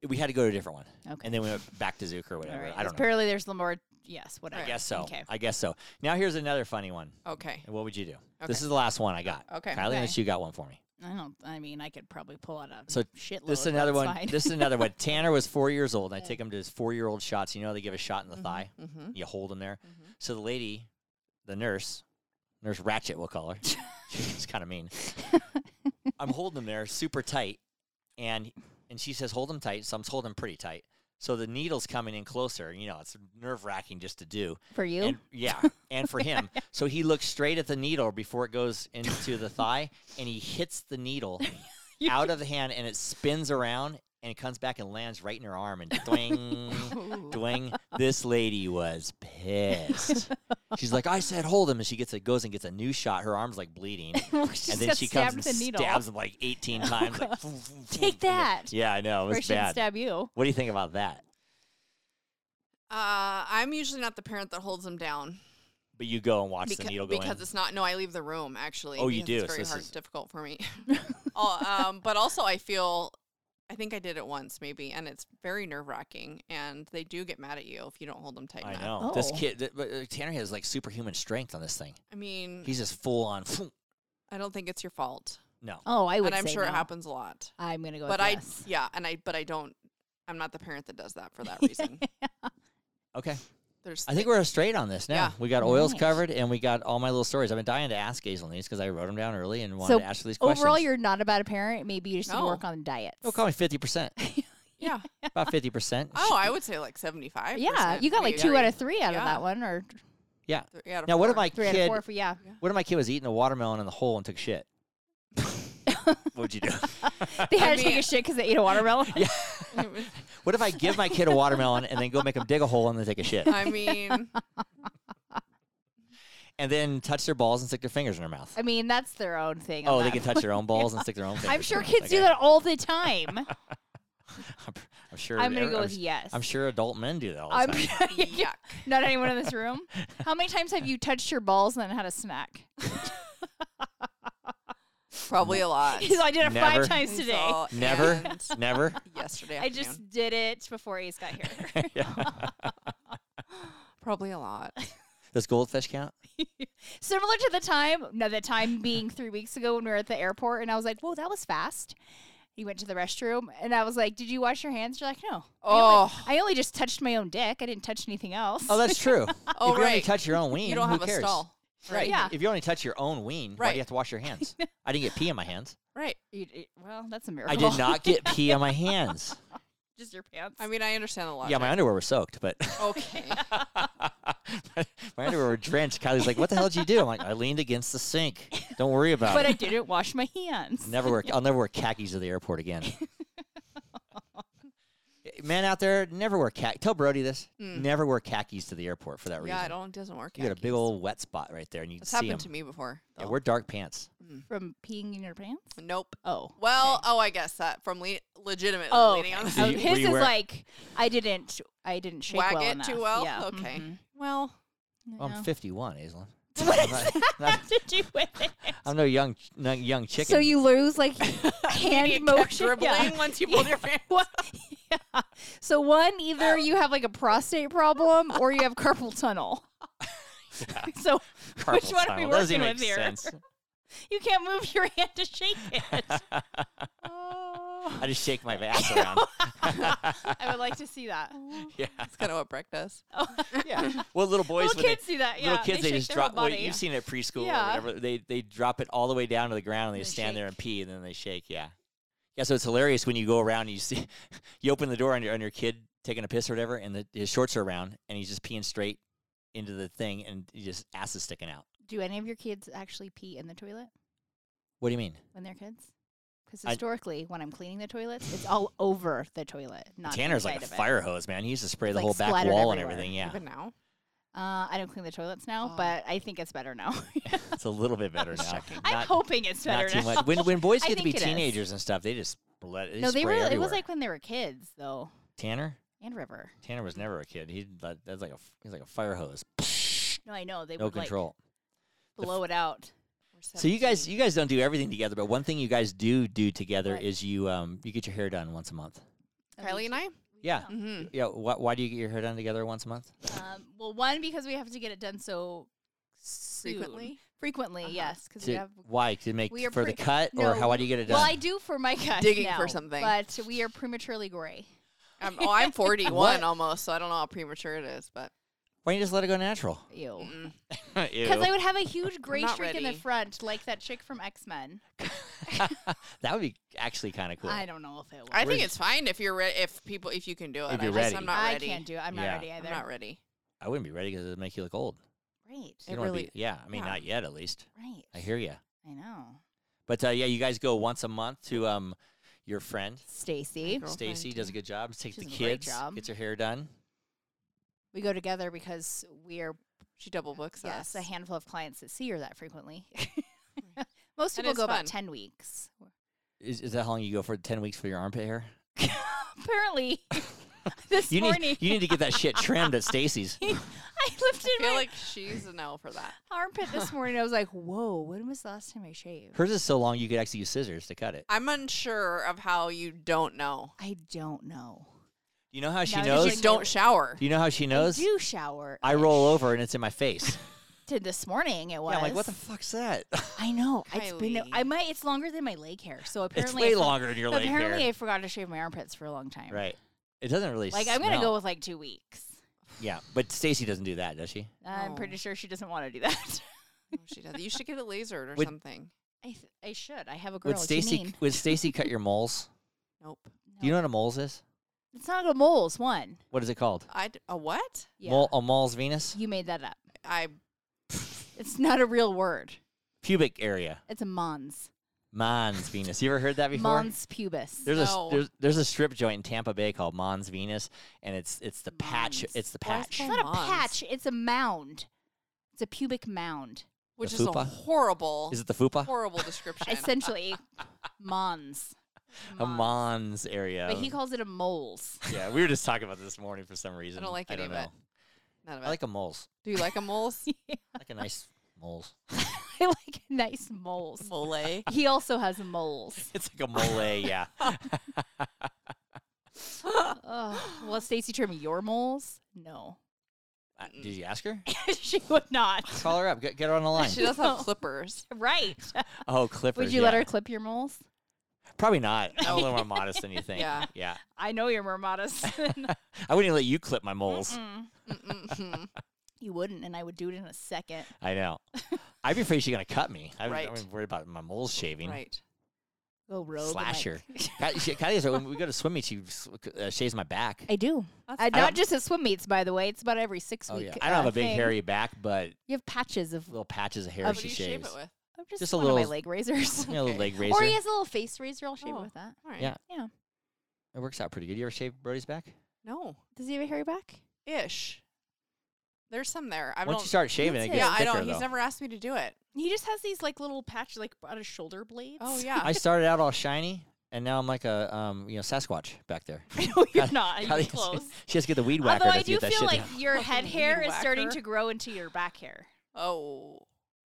Speaker 1: we had to go to a different one.
Speaker 2: Okay.
Speaker 1: And then we went back to Zucker or whatever.
Speaker 2: Alright,
Speaker 1: I
Speaker 2: 'cause
Speaker 1: don't know.
Speaker 2: Apparently, there's the more. Yes, whatever.
Speaker 1: I guess so.
Speaker 2: Okay.
Speaker 1: I guess so. Now here's another funny one.
Speaker 3: Okay.
Speaker 1: And What would you do?
Speaker 3: Okay.
Speaker 1: This is the last one I got.
Speaker 3: Okay.
Speaker 1: Kylie, unless you got one for me.
Speaker 2: I don't. I mean, I could probably pull out a
Speaker 1: So,
Speaker 2: shitload.
Speaker 1: This is
Speaker 2: but
Speaker 1: another
Speaker 2: it's
Speaker 1: one.
Speaker 2: fine.
Speaker 1: This is another one. Tanner was four years old, and I
Speaker 2: Yeah.
Speaker 1: take him to his four-year-old shots. You know, they give a shot in the thigh.
Speaker 3: Mm-hmm.
Speaker 1: You hold him there.
Speaker 3: Mhm.
Speaker 1: So the lady, the nurse, Nurse Ratchet, we'll call her. She's kind of mean. I'm holding him there super tight, and and she says, "Hold him tight." So I'm holding him pretty tight. So the needle's coming in closer. and You know, it's nerve wracking just to do.
Speaker 2: for you.
Speaker 1: And, yeah, and for him, so he looks straight at the needle before it goes into the thigh, and he hits the needle
Speaker 2: You-
Speaker 1: out of the hand, and it spins around, and it comes back and lands right in her arm, and doing.
Speaker 3: mm-hmm. Uh,
Speaker 1: Dwayne, this lady was pissed. She's like, I said, hold him, and she gets it, goes and gets a new shot. Her arm's like bleeding,
Speaker 2: and
Speaker 1: and then she comes and stabs him like eighteen times. like, "Foo, foo, foo,"
Speaker 2: Oh, Take
Speaker 1: and then-
Speaker 2: that.
Speaker 1: Yeah, I know it
Speaker 2: Or
Speaker 1: was
Speaker 2: she didn't
Speaker 1: bad.
Speaker 2: stab you.
Speaker 1: What do you think about that?
Speaker 3: Uh, I'm usually not the parent that holds him down
Speaker 1: But you go and watch
Speaker 3: Becau-
Speaker 1: the needle go
Speaker 3: because
Speaker 1: in.
Speaker 3: it's not. No, I leave the room actually.
Speaker 1: Oh, you
Speaker 3: because
Speaker 1: do,
Speaker 3: It's
Speaker 1: so
Speaker 3: very
Speaker 1: this
Speaker 3: hard,
Speaker 1: is-
Speaker 3: difficult for me. oh, um, but also I feel, I think I did it once maybe, and it's very nerve wracking, and they do get mad at you if you don't hold them tight.
Speaker 1: I
Speaker 3: enough.
Speaker 1: know this
Speaker 2: Oh.
Speaker 1: kid. th- but, uh, Tanner has like superhuman strength on this thing.
Speaker 3: I mean,
Speaker 1: He's just full on. "Phoom."
Speaker 3: I don't think it's your fault,
Speaker 1: No,
Speaker 2: Oh, I would.
Speaker 3: and I'm
Speaker 2: say
Speaker 3: sure
Speaker 2: no.
Speaker 3: it happens a lot.
Speaker 2: I'm gonna go.
Speaker 3: but
Speaker 2: with
Speaker 3: I,
Speaker 2: yes.
Speaker 3: yeah, and I, but I don't. I'm not the parent that does that for that reason.
Speaker 1: okay.
Speaker 3: There's,
Speaker 1: I think we're straight on this now.
Speaker 3: Yeah.
Speaker 1: We got oils
Speaker 2: Nice.
Speaker 1: covered, and we got all my little stories. I've been dying to ask Hazel these because I wrote them down early and wanted
Speaker 2: So,
Speaker 1: to ask her these questions.
Speaker 2: Overall, you're not a bad parent. Maybe you just need to work
Speaker 3: No.
Speaker 2: on diets.
Speaker 1: oh, call me fifty percent,
Speaker 3: yeah.
Speaker 1: about fifty percent.
Speaker 3: Oh, I would say like 75.
Speaker 2: Yeah, you got like two out of three out of
Speaker 3: Yeah.
Speaker 2: that one, or
Speaker 3: Three out of
Speaker 1: Now, what if
Speaker 3: four.
Speaker 1: my
Speaker 2: three out of
Speaker 1: kid?
Speaker 2: four for yeah.
Speaker 1: What if my kid was eating a watermelon in the hole and took shit? what would you do?
Speaker 2: They had to
Speaker 3: mean-
Speaker 2: take a shit because they ate a watermelon.
Speaker 1: yeah. What if I give my kid a watermelon and then go make them dig a hole and then take a shit
Speaker 3: I mean,
Speaker 1: and then touch their balls and stick their fingers in their mouth?
Speaker 2: I mean, that's their own thing. on
Speaker 1: Oh, they
Speaker 2: that
Speaker 1: can touch their own balls and stick their own.
Speaker 2: one.
Speaker 1: Fingers
Speaker 2: I'm
Speaker 1: in
Speaker 2: sure
Speaker 1: them.
Speaker 2: kids do
Speaker 1: Okay.
Speaker 2: that all the time.
Speaker 1: I'm, I'm sure.
Speaker 2: I'm gonna
Speaker 1: every-
Speaker 2: go
Speaker 1: I'm
Speaker 2: with
Speaker 1: s-
Speaker 2: yes.
Speaker 1: I'm sure adult men do that all the
Speaker 2: I'm
Speaker 1: time.
Speaker 3: yuck.
Speaker 2: not anyone in this room. How many times have you touched your balls and then had a snack?
Speaker 3: Probably a lot.
Speaker 2: So I did it
Speaker 1: Never.
Speaker 2: five times
Speaker 3: And
Speaker 2: today.
Speaker 3: so-
Speaker 1: Never?
Speaker 3: and
Speaker 1: Never.
Speaker 3: Yesterday
Speaker 2: I just did it before Ace got here.
Speaker 1: Yeah.
Speaker 3: probably a lot. Oh,
Speaker 1: Does goldfish count?
Speaker 2: Similar to the time, no, the time being three weeks ago when we were at the airport, and I was like, "Whoa, that was fast." He went to the restroom, and I was like, "Did you wash your hands?" You're like, "No,
Speaker 3: Oh,
Speaker 2: I only just touched my own dick. I didn't touch anything else."
Speaker 1: Oh, that's true.
Speaker 3: oh
Speaker 1: if you only
Speaker 3: right.
Speaker 1: touch your own ween,
Speaker 3: You don't
Speaker 1: who
Speaker 3: have a
Speaker 1: cares?
Speaker 3: stall.
Speaker 1: Right.
Speaker 2: Yeah.
Speaker 1: If you only touch your own ween, why do
Speaker 3: Right.
Speaker 1: you have to wash your hands? I didn't get pee on my hands.
Speaker 3: Right.
Speaker 2: You- you- well, that's a
Speaker 1: I
Speaker 2: miracle.
Speaker 1: did not get pee on my hands.
Speaker 2: just your pants.
Speaker 3: I mean, I understand a lot.
Speaker 1: Yeah, my underwear was soaked, but
Speaker 3: Okay.
Speaker 1: my my underwear were drenched. Kylie's like, "What the hell did you do?" I'm like, "I leaned against the sink. Don't worry about
Speaker 2: but
Speaker 1: it."
Speaker 2: I didn't wash my hands.
Speaker 1: never wear. I'll never wear khakis to the airport again. Man out there, never wear khaki. Tell Brody this.
Speaker 2: Hmm.
Speaker 3: Mm.
Speaker 1: Never wear khakis to the airport for that reason.
Speaker 3: yeah, it don't doesn't work.
Speaker 1: You got a big
Speaker 3: khakis.
Speaker 1: old wet spot right there, and you
Speaker 3: That's
Speaker 1: can see
Speaker 3: happened
Speaker 1: them.
Speaker 3: to me before.
Speaker 1: Yeah,
Speaker 3: though.
Speaker 1: we're dark pants.
Speaker 2: From peeing in your pants?
Speaker 3: nope.
Speaker 2: Oh.
Speaker 3: Well, oh, I guess that from le- legitimately
Speaker 2: Oh,
Speaker 3: leaning on the
Speaker 2: okay.
Speaker 1: Did you-
Speaker 2: Oh,
Speaker 1: were
Speaker 2: his
Speaker 1: you
Speaker 2: is
Speaker 1: wear-
Speaker 2: like I didn't, I didn't shake
Speaker 3: Whack
Speaker 2: well
Speaker 3: it
Speaker 2: enough.
Speaker 3: too well?
Speaker 2: Yeah.
Speaker 3: Okay.
Speaker 1: Mm-hmm.
Speaker 2: mhm.
Speaker 3: Well,
Speaker 1: Well,
Speaker 2: Yeah.
Speaker 1: I'm 51, Aislinn.
Speaker 2: What
Speaker 1: I'm
Speaker 2: does
Speaker 1: not-
Speaker 2: that have to do with it?
Speaker 1: I'm no young, ch- no young chicken.
Speaker 2: So you lose like hand
Speaker 3: you kept
Speaker 2: motion.
Speaker 3: dribbling
Speaker 2: Yeah.
Speaker 3: once you pulled your pants.
Speaker 2: Yeah. So one, either you have like a prostate problem or you have carpal tunnel. So
Speaker 1: Carpal
Speaker 2: which one are we
Speaker 1: tunnel. Doesn't
Speaker 2: working
Speaker 1: make
Speaker 2: with here?
Speaker 1: sense.
Speaker 2: you can't move your hand to shake it. Oh.
Speaker 1: I just shake my ass around.
Speaker 2: I would like to see that.
Speaker 1: yeah.
Speaker 3: That's kind of what Breck does.
Speaker 2: Oh,
Speaker 1: yeah. Well, little boys,
Speaker 2: little
Speaker 1: when they-
Speaker 2: kids do that. Yeah,
Speaker 1: little kids, they,
Speaker 2: shake
Speaker 1: just
Speaker 2: their whole
Speaker 1: drop. well,
Speaker 2: body.
Speaker 1: you've seen it at preschool
Speaker 2: Yeah.
Speaker 1: or whatever. They they drop it all the way down to the ground and they,
Speaker 2: They
Speaker 1: just stand there
Speaker 2: shake.
Speaker 1: and pee and then they shake. Yeah, yeah. So it's hilarious when you go around and you see you open the door on your on your kid taking a piss or whatever, and the, his shorts are around and he's just peeing straight into the thing and he just ass is sticking out.
Speaker 2: Do any of your kids actually pee in the toilet
Speaker 1: What do you mean?
Speaker 2: when they're kids? Because
Speaker 1: I-
Speaker 2: historically, when I'm cleaning the toilets, it's all over the toilet. Not
Speaker 1: Tanner's like a
Speaker 2: inside of it.
Speaker 1: fire hose, man. He used to spray the
Speaker 2: like
Speaker 1: whole back
Speaker 2: splattered
Speaker 1: wall
Speaker 2: everywhere.
Speaker 1: and everything. Yeah,
Speaker 3: Even now.
Speaker 2: Uh, I don't clean the toilets now,
Speaker 3: Oh.
Speaker 2: but I think it's better now.
Speaker 1: it's a little bit better now.
Speaker 2: I'm
Speaker 1: Not-
Speaker 2: hoping it's
Speaker 1: not
Speaker 2: better
Speaker 1: too
Speaker 2: now.
Speaker 1: much. When when boys
Speaker 2: I
Speaker 1: get to be
Speaker 2: think it is.
Speaker 1: teenagers and stuff, they just let
Speaker 2: no, they were.
Speaker 1: spray
Speaker 2: It
Speaker 1: everywhere.
Speaker 2: was like when they were kids, though.
Speaker 1: Tanner.
Speaker 2: And River.
Speaker 1: Tanner was never a kid. He that, that's like a f- he's like a fire hose.
Speaker 2: No, I know they
Speaker 1: No
Speaker 2: would
Speaker 1: control.
Speaker 2: like blow it out.
Speaker 1: so you guys you guys don't do everything together, but one thing you guys do do together
Speaker 2: What?
Speaker 1: is you um you get your hair done once a month.
Speaker 2: And we
Speaker 3: Kylie and I?
Speaker 1: Yeah.
Speaker 3: Mm-hmm.
Speaker 1: Yeah, why, why do you get your hair done together once a month?
Speaker 2: Um, well, one because we have to get it done so soon.
Speaker 3: Frequently?
Speaker 2: Frequently,
Speaker 3: Uh-huh.
Speaker 2: yes, because we
Speaker 1: To,
Speaker 2: have.
Speaker 1: why to make
Speaker 2: we are
Speaker 1: for
Speaker 2: pre-
Speaker 1: the cut or
Speaker 2: No,
Speaker 1: how why do you get it done?
Speaker 2: Well, I do for my cut
Speaker 3: Digging
Speaker 2: now,
Speaker 3: for something.
Speaker 2: but we are prematurely gray.
Speaker 3: I'm, oh, I'm 41
Speaker 1: What?
Speaker 3: almost, so I don't know how premature it is, but mm.
Speaker 1: why don't you just let it go natural?
Speaker 2: Ew.
Speaker 3: mm-mm.
Speaker 2: Because I would have a huge gray
Speaker 3: not
Speaker 2: streak in the
Speaker 3: ready.
Speaker 2: front, like that chick from X Men.
Speaker 1: that would be actually kind of cool.
Speaker 2: I don't know if it will.
Speaker 3: I
Speaker 1: Where's-
Speaker 3: think it's fine if you're re- if people if you can do it.
Speaker 1: If
Speaker 3: I
Speaker 1: you're
Speaker 3: just-
Speaker 1: ready.
Speaker 3: I'm not
Speaker 2: I
Speaker 3: ready.
Speaker 2: can't do it. I'm not
Speaker 1: Yeah.
Speaker 2: ready
Speaker 3: I'm
Speaker 2: either.
Speaker 3: not ready.
Speaker 1: I wouldn't be ready because it would make you look old.
Speaker 2: Right.
Speaker 1: You
Speaker 3: It
Speaker 1: don't wanna
Speaker 3: really-
Speaker 1: be, yeah, I mean
Speaker 3: yeah.
Speaker 1: not yet at least.
Speaker 2: Right.
Speaker 1: I hear you.
Speaker 2: I know.
Speaker 1: But uh, yeah, you guys go once a month to um your friend
Speaker 2: Stacy.
Speaker 3: girl. Girlfriend,
Speaker 1: Stacy does a
Speaker 3: yeah.
Speaker 1: good job. Takes
Speaker 2: She
Speaker 1: the
Speaker 2: does a great
Speaker 1: kids,
Speaker 2: job.
Speaker 1: gets her hair done.
Speaker 2: We go together because we are
Speaker 3: She double books
Speaker 2: yes,
Speaker 3: us.
Speaker 2: a handful of clients that see her that frequently. Most
Speaker 3: And
Speaker 2: people
Speaker 3: it's
Speaker 2: go
Speaker 3: fun.
Speaker 2: about ten weeks.
Speaker 1: Is, is that how long you go for? Ten weeks for your armpit hair?
Speaker 2: Apparently, this
Speaker 1: You
Speaker 2: morning
Speaker 1: need you need to get that shit trimmed at Stacy's.
Speaker 2: I lifted
Speaker 3: I feel
Speaker 2: my
Speaker 3: like she's an L for that.
Speaker 2: armpit this morning. I was like, "Whoa! When was the last time I shaved?"
Speaker 1: Hers is so long you could actually use scissors to cut it.
Speaker 3: I'm unsure of how you don't know.
Speaker 2: I don't know.
Speaker 1: You know how she
Speaker 2: Now
Speaker 3: Because
Speaker 2: Those-
Speaker 1: knows?
Speaker 3: you don't shower.
Speaker 1: Do you know how she knows?
Speaker 2: I do shower.
Speaker 1: I roll over and it's in my face.
Speaker 2: to this morning. It was.
Speaker 1: Yeah, I'm like, what the fuck's that?
Speaker 2: I know. It's been. a-
Speaker 3: Kylie.
Speaker 2: I might. It's longer than my leg hair. So
Speaker 1: it's
Speaker 2: apparently,
Speaker 1: way
Speaker 2: I for-
Speaker 1: longer than your leg
Speaker 2: apparently,
Speaker 1: hair.
Speaker 2: I forgot to shave my armpits for a long time.
Speaker 1: Right. It doesn't really.
Speaker 2: Like I'm gonna go
Speaker 1: smell.
Speaker 2: with like two weeks.
Speaker 1: Yeah, but Stacy doesn't do that, does she?
Speaker 2: I'm
Speaker 3: Oh.
Speaker 2: pretty sure she doesn't want to do that.
Speaker 3: Oh, she does. You should get it lasered or
Speaker 1: Would-
Speaker 3: something.
Speaker 2: I, th- I should. I have a girl.
Speaker 1: would
Speaker 2: what do you
Speaker 1: Stacy
Speaker 2: mean?
Speaker 1: would Stacy cut your moles?
Speaker 3: Nope.
Speaker 1: Do you know what a moles is?
Speaker 2: It's not a mole's one.
Speaker 1: What is it called?
Speaker 3: I d- a what?
Speaker 2: Yeah.
Speaker 1: Mole, a moles Venus?
Speaker 2: You made that up.
Speaker 3: I
Speaker 2: It's not a real word.
Speaker 1: Pubic area.
Speaker 2: It's a mons.
Speaker 1: Mons Venus. You ever heard that before?
Speaker 2: Mons pubis.
Speaker 1: There's a s-
Speaker 3: No.
Speaker 1: there's, there's a strip joint in Tampa Bay called Mons Venus, and it's it's the patch.
Speaker 2: Mons.
Speaker 1: It's the
Speaker 3: Why is
Speaker 1: patch.
Speaker 2: It's
Speaker 3: that-
Speaker 2: not a
Speaker 3: Mons.
Speaker 2: patch. It's a mound. It's a pubic mound.
Speaker 3: which is a
Speaker 1: fupa?
Speaker 3: horrible
Speaker 1: Is it the fupa?
Speaker 3: horrible description.
Speaker 2: Essentially, mons.
Speaker 1: A Mons area.
Speaker 2: But he calls it a moles.
Speaker 1: yeah, we were just talking about this this morning for some reason.
Speaker 3: like
Speaker 1: I
Speaker 3: any
Speaker 1: don't
Speaker 3: of it.
Speaker 1: know.
Speaker 3: None of
Speaker 1: I
Speaker 3: it.
Speaker 1: like a moles.
Speaker 3: Do you like a moles?
Speaker 1: I like a nice moles.
Speaker 2: I like nice moles.
Speaker 3: Mole.
Speaker 2: He also has moles.
Speaker 1: It's like a mole. Yeah.
Speaker 2: Ugh. Well, Stacy trim your moles? No,
Speaker 1: Uh, Did you ask her?
Speaker 2: she would not.
Speaker 1: Call her up. Get, get her on the line.
Speaker 3: She does have
Speaker 2: No.
Speaker 3: clippers.
Speaker 2: Right?
Speaker 1: Oh, Clifford.
Speaker 2: Would you let her clip your moles?
Speaker 1: Probably not. I'm a little more modest than you think.
Speaker 3: Yeah.
Speaker 1: Yeah.
Speaker 2: I know you're more modest. than-
Speaker 1: I wouldn't even let you clip my moles.
Speaker 2: Mm-mm.
Speaker 3: Mm-mm-mm.
Speaker 2: you wouldn't, and I would do it in a second.
Speaker 1: I know. I'd be afraid she's gonna cut me. I'm,
Speaker 3: Right.
Speaker 1: I'm worried about my moles shaving.
Speaker 3: right.
Speaker 2: Go rogue. I'm like-
Speaker 1: Slasher. Kat- she- Kathy is right. when we go to swim meet, she s- uh, shaves my back.
Speaker 2: I do.
Speaker 3: That's
Speaker 2: I,
Speaker 3: fine.
Speaker 2: not just at swim meets, by the way. It's about every six
Speaker 1: Oh
Speaker 2: week.
Speaker 1: yeah, I don't have
Speaker 2: uh,
Speaker 1: a big
Speaker 2: thing.
Speaker 1: hairy back, but
Speaker 2: You have patches of
Speaker 1: little patches of hair
Speaker 3: What
Speaker 2: Of-
Speaker 1: she
Speaker 3: do Oh, you shave
Speaker 1: shaves.
Speaker 3: it with?
Speaker 2: of just,
Speaker 1: Just a
Speaker 2: one of my
Speaker 1: little-
Speaker 2: leg razors.
Speaker 1: You know,
Speaker 3: Okay.
Speaker 1: leg razor.
Speaker 2: or he has a little face razor. I'll shave
Speaker 3: Oh.
Speaker 2: it with that.
Speaker 3: All right.
Speaker 1: Yeah.
Speaker 2: Yeah.
Speaker 1: It works out pretty good. You ever shave Brody's back?
Speaker 3: No.
Speaker 2: Does he have a hairy back?
Speaker 3: Ish. There's some there. I
Speaker 1: Once
Speaker 3: don't.
Speaker 1: you start shaving, it gets
Speaker 2: That's it.
Speaker 3: yeah, I
Speaker 1: thicker
Speaker 3: don't.
Speaker 1: though.
Speaker 3: He's never asked me to do it.
Speaker 2: He just has these like little patches, like on his shoulder blades.
Speaker 3: Oh yeah.
Speaker 1: I started out all shiny, and now I'm like a um, you know Sasquatch back there.
Speaker 2: no, you're not.
Speaker 1: How
Speaker 2: You're
Speaker 1: do you-
Speaker 2: close.
Speaker 1: She has to get the weed whacker
Speaker 2: Although I
Speaker 1: to
Speaker 2: do
Speaker 1: get that
Speaker 2: feel
Speaker 1: shit
Speaker 2: like
Speaker 1: down.
Speaker 2: your head hair
Speaker 3: Weed
Speaker 2: is starting
Speaker 3: whacker.
Speaker 2: to grow into your back hair.
Speaker 3: oh,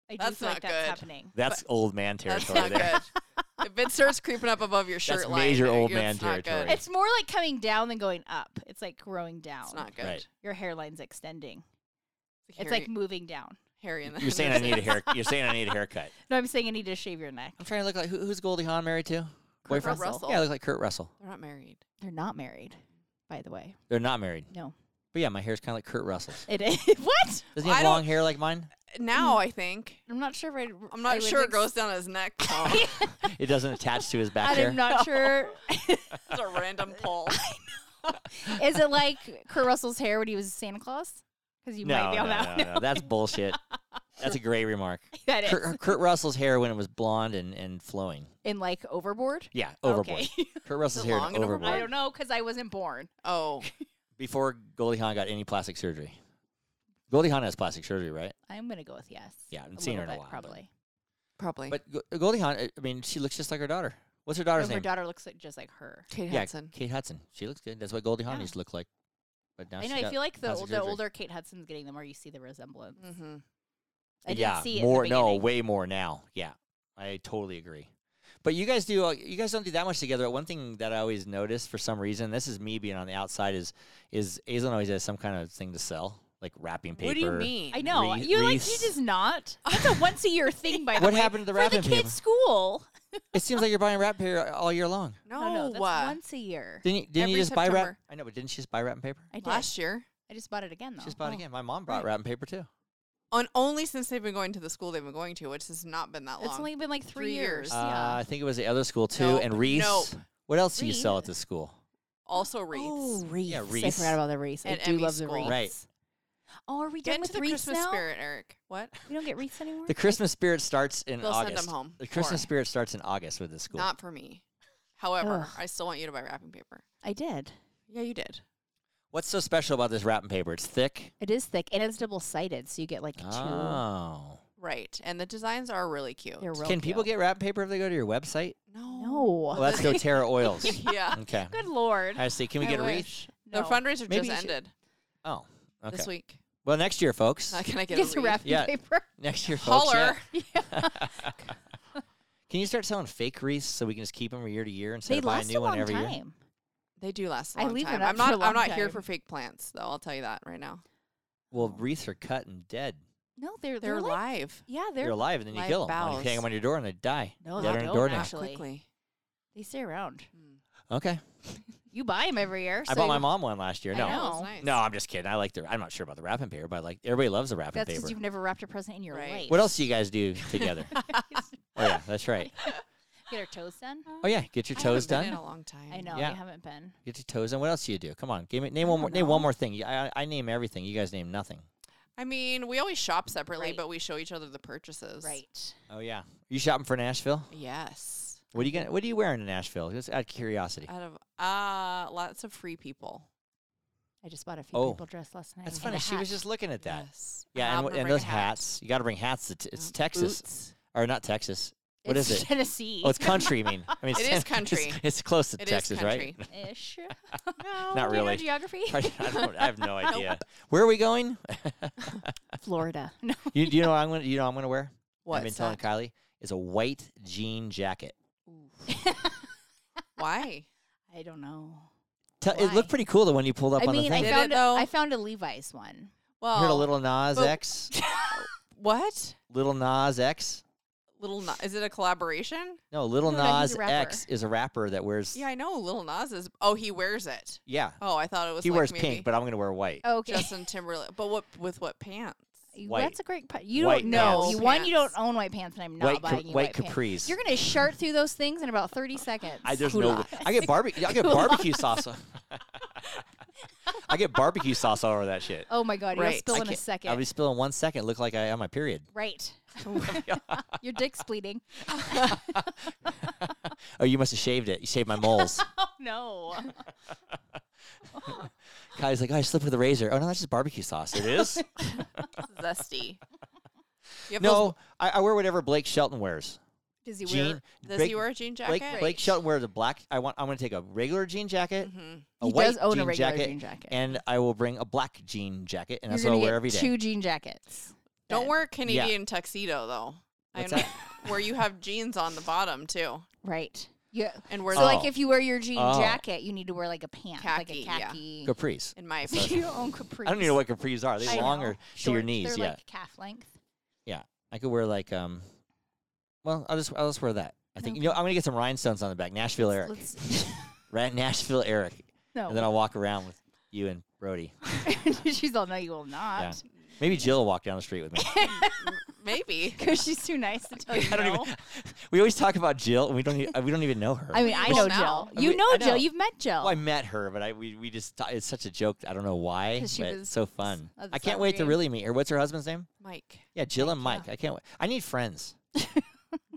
Speaker 2: I do
Speaker 3: That's
Speaker 2: feel like
Speaker 3: not
Speaker 2: that's
Speaker 3: good.
Speaker 2: happening.
Speaker 1: That's old man
Speaker 3: that's
Speaker 1: territory
Speaker 3: not
Speaker 1: there.
Speaker 3: good. if it starts creeping up above your shirt
Speaker 1: That's
Speaker 3: line,
Speaker 1: major old
Speaker 3: it's
Speaker 1: man
Speaker 3: not good.
Speaker 1: territory.
Speaker 2: It's more like coming down than going up. It's like growing down.
Speaker 3: It's not good.
Speaker 1: Right.
Speaker 2: Your hairline's extending.
Speaker 3: It's,
Speaker 2: It's like moving down.
Speaker 3: hairy in the
Speaker 1: You're saying I need a hair. You're saying I need a haircut.
Speaker 2: No, I'm saying I need to shave your neck.
Speaker 1: I'm trying to look like who, who's Goldie Hawn married to?
Speaker 3: Kurt
Speaker 1: boyfriend?
Speaker 3: Russell.
Speaker 1: Yeah, I look like Kurt Russell.
Speaker 3: They're not married.
Speaker 2: They're not married, by the way.
Speaker 1: They're not married,
Speaker 2: No.
Speaker 1: but yeah, my hair's kind of like Kurt Russell's.
Speaker 2: It is. what?
Speaker 1: Doesn't he
Speaker 3: I
Speaker 1: have
Speaker 3: don't-
Speaker 1: long hair like mine?
Speaker 3: Now I think
Speaker 2: I'm not sure if I,
Speaker 3: I'm not sure it goes down his neck. though.
Speaker 1: It doesn't attach to his back hair.
Speaker 2: I'm not sure.
Speaker 3: It's a random pull.
Speaker 2: Is it like Kurt Russell's hair when he was Santa Claus? Because you might
Speaker 1: no,
Speaker 2: be
Speaker 1: no,
Speaker 2: on that
Speaker 1: no,
Speaker 2: one.
Speaker 1: no, that's bullshit. That's a great remark.
Speaker 2: That is.
Speaker 1: Kurt, Kurt Russell's hair when it was blonde and, and flowing.
Speaker 2: In like Overboard?
Speaker 1: Yeah, overboard.
Speaker 2: Okay.
Speaker 1: Kurt Russell's
Speaker 3: it
Speaker 1: hair in
Speaker 3: long and
Speaker 1: overboard.
Speaker 2: I
Speaker 3: Overboard?
Speaker 2: don't know because I wasn't born.
Speaker 3: Oh,
Speaker 1: Before Goldie Hawn got any plastic surgery. Goldie Hawn has plastic surgery, right?
Speaker 2: I'm going to go with yes.
Speaker 1: Yeah, I haven't seen her
Speaker 2: little
Speaker 1: in a
Speaker 2: bit,
Speaker 1: while, but-
Speaker 2: Probably.
Speaker 3: probably.
Speaker 1: But Go- Goldie Hawn, I I mean, she looks just like her daughter. What's her daughter's
Speaker 2: No, Her
Speaker 1: name?
Speaker 2: daughter looks like, just like her.
Speaker 3: Kate
Speaker 1: yeah,
Speaker 3: Hudson.
Speaker 1: Kate Hudson. She looks good. That's what Goldie Hawn
Speaker 2: Yeah.
Speaker 1: used to look like. But now
Speaker 2: I know.
Speaker 1: she
Speaker 2: I
Speaker 1: got
Speaker 2: feel like the,
Speaker 1: plastic
Speaker 2: ol- the
Speaker 1: surgery.
Speaker 2: older Kate Hudson's getting, the more you see the resemblance.
Speaker 3: Mm-hmm.
Speaker 2: I didn't
Speaker 1: yeah,
Speaker 2: see it in the
Speaker 1: more. no,
Speaker 2: beginning.
Speaker 1: way more now. Yeah, I totally agree. But you guys do. Uh, you guys don't do that much together. But one thing that I always notice for some reason, this is me being on the outside, is is Aislinn always has some kind of thing to sell, like wrapping paper.
Speaker 3: What do you mean?
Speaker 2: I know.
Speaker 1: Wreath-
Speaker 2: you like he
Speaker 1: wreaths.
Speaker 2: does not. That's a once a year thing by the
Speaker 1: What
Speaker 2: way.
Speaker 1: happened to the
Speaker 2: For
Speaker 1: wrapping
Speaker 2: the kids'
Speaker 1: paper?
Speaker 2: school.
Speaker 1: It seems like you're buying wrapping paper all year long.
Speaker 3: No,
Speaker 2: no, no, that's
Speaker 3: uh,
Speaker 2: once a year.
Speaker 1: Didn't you, didn't you
Speaker 3: Every
Speaker 1: just buy wrap?
Speaker 3: September.
Speaker 1: I know, but didn't she just buy wrapping paper?
Speaker 2: I did.
Speaker 3: last year.
Speaker 2: I just bought it again though.
Speaker 1: She just bought it
Speaker 3: Oh.
Speaker 1: again. My mom brought
Speaker 2: Right.
Speaker 1: wrapping paper too.
Speaker 3: On only since they've been going to the school they've been going to, which has not been that long.
Speaker 2: It's only been like three,
Speaker 3: Three
Speaker 2: years.
Speaker 3: years.
Speaker 1: Uh,
Speaker 2: yeah.
Speaker 1: I think it was the other school too.
Speaker 3: Nope,
Speaker 1: And Reese.
Speaker 3: nope.
Speaker 1: What else do you sell at
Speaker 2: Reese.
Speaker 1: this school?
Speaker 3: also wreaths.
Speaker 2: Oh, wreaths.
Speaker 1: Yeah,
Speaker 2: I
Speaker 1: wreaths.
Speaker 2: forgot about the wreaths. I
Speaker 3: At
Speaker 2: do
Speaker 3: Emmy
Speaker 2: love the
Speaker 3: school.
Speaker 2: wreaths.
Speaker 1: Right.
Speaker 2: Oh, are we
Speaker 3: Get
Speaker 2: done
Speaker 3: into
Speaker 2: with
Speaker 3: the
Speaker 2: wreaths
Speaker 3: Christmas
Speaker 2: now?
Speaker 3: spirit, Eric. What?
Speaker 2: We don't get wreaths anymore.
Speaker 1: The Christmas spirit starts in
Speaker 3: They'll send
Speaker 1: August.
Speaker 3: 'em home.
Speaker 1: The Christmas
Speaker 3: Or-
Speaker 1: spirit starts in August with this school.
Speaker 3: Not for me. However,
Speaker 2: Ugh.
Speaker 3: I still want you to buy wrapping paper.
Speaker 2: I did.
Speaker 3: Yeah, you did.
Speaker 1: What's so special about this wrapping paper? It's thick.
Speaker 2: It is thick and it's double sided, so you get like two.
Speaker 1: Oh.
Speaker 3: Right. And the designs are really cute.
Speaker 2: They're real
Speaker 1: Can people
Speaker 2: cute.
Speaker 1: get wrapping paper if they go to your website?
Speaker 3: no.
Speaker 2: no?
Speaker 1: Well, that's doTerra Oils.
Speaker 3: yeah.
Speaker 1: Okay.
Speaker 2: Good lord.
Speaker 1: I see. Can we
Speaker 3: I
Speaker 1: get a
Speaker 3: wish.
Speaker 1: wreath?
Speaker 2: no.
Speaker 3: The fundraiser
Speaker 1: Maybe
Speaker 3: just
Speaker 1: you should-
Speaker 3: ended
Speaker 1: Oh. Okay.
Speaker 3: this week.
Speaker 1: Well, next year, folks.
Speaker 3: Uh, can I get
Speaker 2: Get
Speaker 3: a
Speaker 2: some
Speaker 3: wreath?
Speaker 2: wrapping
Speaker 1: Yeah.
Speaker 2: paper.
Speaker 1: Next year, folks. yeah.
Speaker 3: Holler.
Speaker 1: Can you start selling fake wreaths so we can just keep them year to year instead
Speaker 2: They
Speaker 1: of buying a
Speaker 2: last
Speaker 1: new
Speaker 2: a
Speaker 1: one
Speaker 2: long
Speaker 1: every year?
Speaker 2: time.
Speaker 3: They do last a
Speaker 2: I
Speaker 3: long
Speaker 2: leave it
Speaker 3: time.
Speaker 2: up
Speaker 3: I'm
Speaker 2: for a
Speaker 3: not
Speaker 2: long
Speaker 3: I'm not here
Speaker 2: time.
Speaker 3: for fake plants though. I'll tell you that right now.
Speaker 1: Well, wreaths are cut and dead.
Speaker 2: No, they're
Speaker 3: They're
Speaker 2: they're like,
Speaker 3: live.
Speaker 2: yeah
Speaker 1: They're,
Speaker 2: they're
Speaker 1: alive, and then you
Speaker 3: live
Speaker 1: kill them. You hang
Speaker 3: boughs.
Speaker 1: them on your door, and they die.
Speaker 2: No,
Speaker 1: dead
Speaker 2: they
Speaker 1: on your
Speaker 2: don't
Speaker 1: door
Speaker 2: now.
Speaker 1: now.
Speaker 3: Not
Speaker 2: Actually.
Speaker 3: quickly.
Speaker 2: they stay around.
Speaker 3: Mm.
Speaker 1: Okay.
Speaker 2: You buy them every year.
Speaker 1: I
Speaker 2: so
Speaker 1: bought my
Speaker 2: you-
Speaker 1: mom one last year.
Speaker 2: I
Speaker 1: No,
Speaker 2: know.
Speaker 3: That was nice.
Speaker 1: No, I'm just kidding. I like the. I'm not sure about the wrapping paper, but I like everybody loves the wrapping
Speaker 2: That's because
Speaker 1: paper.
Speaker 2: you've never wrapped a present in your
Speaker 3: Right.
Speaker 2: life.
Speaker 1: What else do you guys do together? oh yeah, that's right.
Speaker 2: Get our toes done.
Speaker 1: Oh yeah, get your
Speaker 3: I
Speaker 1: toes
Speaker 3: haven't been in
Speaker 1: done.
Speaker 3: a long time.
Speaker 2: I know.
Speaker 1: Yeah.
Speaker 2: I haven't been.
Speaker 1: Get your toes done. What else do you do? Come on, give me name
Speaker 2: I
Speaker 1: one
Speaker 2: don't
Speaker 1: more. Name one
Speaker 2: know.
Speaker 1: more thing. You- I, I name everything. You guys name nothing.
Speaker 3: I mean, we always shop separately,
Speaker 2: Right.
Speaker 3: but we show each other the purchases.
Speaker 2: Right.
Speaker 1: Oh yeah, you shopping for Nashville?
Speaker 3: Yes.
Speaker 1: What are you gonna, What are you wearing in Nashville? Just out of curiosity.
Speaker 3: Out of uh lots of free people.
Speaker 2: I just bought a few
Speaker 1: Oh.
Speaker 2: people dressed last night.
Speaker 1: That's
Speaker 2: and
Speaker 1: funny.
Speaker 2: a
Speaker 1: She was
Speaker 2: hat.
Speaker 1: just looking at that.
Speaker 3: Yes. I
Speaker 1: Yeah,
Speaker 3: have
Speaker 1: and,
Speaker 3: to
Speaker 1: wh- and
Speaker 3: bring a
Speaker 1: those
Speaker 3: hat.
Speaker 1: hats. You got to bring hats. It's, it's
Speaker 3: Um,
Speaker 1: Texas
Speaker 3: boots.
Speaker 1: or not Texas? What is
Speaker 2: It's
Speaker 1: it?
Speaker 2: Tennessee.
Speaker 1: Oh, it's country. I mean, I mean,
Speaker 3: It is
Speaker 1: it's-
Speaker 3: country.
Speaker 1: It's, close to
Speaker 3: It is
Speaker 1: Texas, right?
Speaker 3: country.
Speaker 2: ish. no,
Speaker 1: Not
Speaker 2: do You
Speaker 1: really.
Speaker 2: know geography.
Speaker 1: I, don't, I have no idea. Where are we going?
Speaker 2: Florida. No.
Speaker 1: You, do you know what I'm gonna you know what I'm gonna wear?
Speaker 3: What's
Speaker 1: I've been
Speaker 3: that?
Speaker 1: telling Kylie is a white jean jacket.
Speaker 3: Why?
Speaker 2: I don't know.
Speaker 1: Tell it
Speaker 2: Why?
Speaker 1: looked pretty cool the one you pulled up
Speaker 2: I
Speaker 1: on
Speaker 2: mean,
Speaker 1: the
Speaker 2: I
Speaker 1: thing.
Speaker 3: Did
Speaker 2: found
Speaker 3: it, though?
Speaker 2: I found a Levi's one.
Speaker 3: Well,
Speaker 1: Heard a little Nas
Speaker 3: but-
Speaker 1: X,
Speaker 3: what?
Speaker 1: little Nas X.
Speaker 3: Little Na- is it a collaboration?
Speaker 1: No, little
Speaker 2: No, no, he's
Speaker 1: Nas
Speaker 2: a
Speaker 1: X
Speaker 2: rapper.
Speaker 1: is a rapper that wears.
Speaker 3: Yeah, I know. Little Nas is. Oh, he wears it.
Speaker 1: yeah.
Speaker 3: Oh, I thought it was.
Speaker 1: He
Speaker 3: like
Speaker 1: wears
Speaker 3: maybe
Speaker 2: Oh,
Speaker 1: pink, but I'm gonna wear white.
Speaker 2: Okay.
Speaker 3: Justin Timberlake. But what with what pants?
Speaker 2: You-
Speaker 1: White.
Speaker 2: That's a great. pu- You
Speaker 1: White
Speaker 2: don't know.
Speaker 3: pants.
Speaker 2: You, one, you don't
Speaker 3: Pants.
Speaker 2: own white pants, and I'm not
Speaker 1: white
Speaker 2: buying
Speaker 1: ca-
Speaker 2: you
Speaker 1: white
Speaker 2: white, pants.
Speaker 1: capris.
Speaker 2: You're gonna shart through those things in about 30 seconds.
Speaker 1: I there's
Speaker 3: Goulash.
Speaker 1: no. I get barbecue. I get barbecue sauce. on- I get barbecue sauce all over that shit.
Speaker 2: oh my god,
Speaker 3: Right.
Speaker 2: you'll spill
Speaker 1: I
Speaker 2: in a
Speaker 1: can't- I'll
Speaker 2: second.
Speaker 1: be spilling one second. Look like I on my period.
Speaker 2: right. Your dick's bleeding.
Speaker 1: Oh, you must have shaved it. You shaved my moles.
Speaker 2: Oh no.
Speaker 1: Kylie's like, oh, I slipped with a razor. Oh no, that's just barbecue sauce. It is.
Speaker 3: Zesty. You have those-
Speaker 1: no, I, I wear whatever Blake Shelton wears.
Speaker 2: Does he wear?
Speaker 1: Jean.
Speaker 3: does
Speaker 1: Blake,
Speaker 3: he wear a jean jacket?
Speaker 1: Blake, Blake Shelton wears a black. I want. I'm going to take a regular jean jacket, a
Speaker 3: Mhm.
Speaker 2: Mm-hmm. he
Speaker 1: white
Speaker 2: does own
Speaker 1: jean
Speaker 2: a regular
Speaker 1: jacket,
Speaker 2: jean jacket.
Speaker 1: and I will bring a black jean jacket, and
Speaker 2: You're
Speaker 1: that's what I
Speaker 2: gonna
Speaker 1: wear
Speaker 2: get
Speaker 1: every day.
Speaker 2: Two jean jackets.
Speaker 3: Don't
Speaker 2: then.
Speaker 3: wear a Canadian tuxedo though.
Speaker 1: What's
Speaker 3: I know where you have jeans on the bottom too,
Speaker 2: Right. Yeah.
Speaker 3: and where
Speaker 2: So
Speaker 1: Oh.
Speaker 3: the-
Speaker 2: like if you wear your jean
Speaker 1: Oh.
Speaker 2: jacket, you need to wear like a pant, like
Speaker 3: Khaki,
Speaker 2: a
Speaker 3: yeah.
Speaker 2: khaki.
Speaker 1: capris.
Speaker 3: in my
Speaker 2: So
Speaker 3: opinion,
Speaker 2: you don't own capris.
Speaker 1: I don't even know what capris are. Are they
Speaker 2: I
Speaker 1: longer
Speaker 2: know.
Speaker 1: to your
Speaker 2: Shorts,
Speaker 1: knees?
Speaker 2: They're
Speaker 1: Yeah,
Speaker 2: like calf length.
Speaker 1: I could wear like um. Well, I'll just I'll just wear that. I think you know I'm going to get some rhinestones on the back. Nashville Eric,
Speaker 2: Let's-
Speaker 1: right? Nashville Eric,
Speaker 2: no.
Speaker 1: and then I'll walk around with you and Brody.
Speaker 2: she's all, no, you will not.
Speaker 1: Maybe Jill will walk down the street with me.
Speaker 3: maybe.
Speaker 2: Because she's too nice to tell you
Speaker 1: I don't
Speaker 2: no.
Speaker 1: even. We always talk about Jill, and we don't. e- We don't even know her.
Speaker 2: I mean, I know
Speaker 3: Well, now.
Speaker 2: Jill.
Speaker 1: I
Speaker 2: You
Speaker 1: mean,
Speaker 2: know,
Speaker 1: I know.
Speaker 2: Jill. You've met Jill.
Speaker 1: Well, I met her, but I we, we just thought it's such a joke. I don't know why,
Speaker 2: 'Cause she
Speaker 1: but
Speaker 2: was
Speaker 1: it's so fun.
Speaker 2: of the
Speaker 1: I can't wait to
Speaker 2: South
Speaker 1: really meet her. What's her husband's name?
Speaker 3: Mike,
Speaker 1: Yeah, Jill and
Speaker 2: Mike,
Speaker 1: Mike. I can't wait. I need friends.
Speaker 3: they're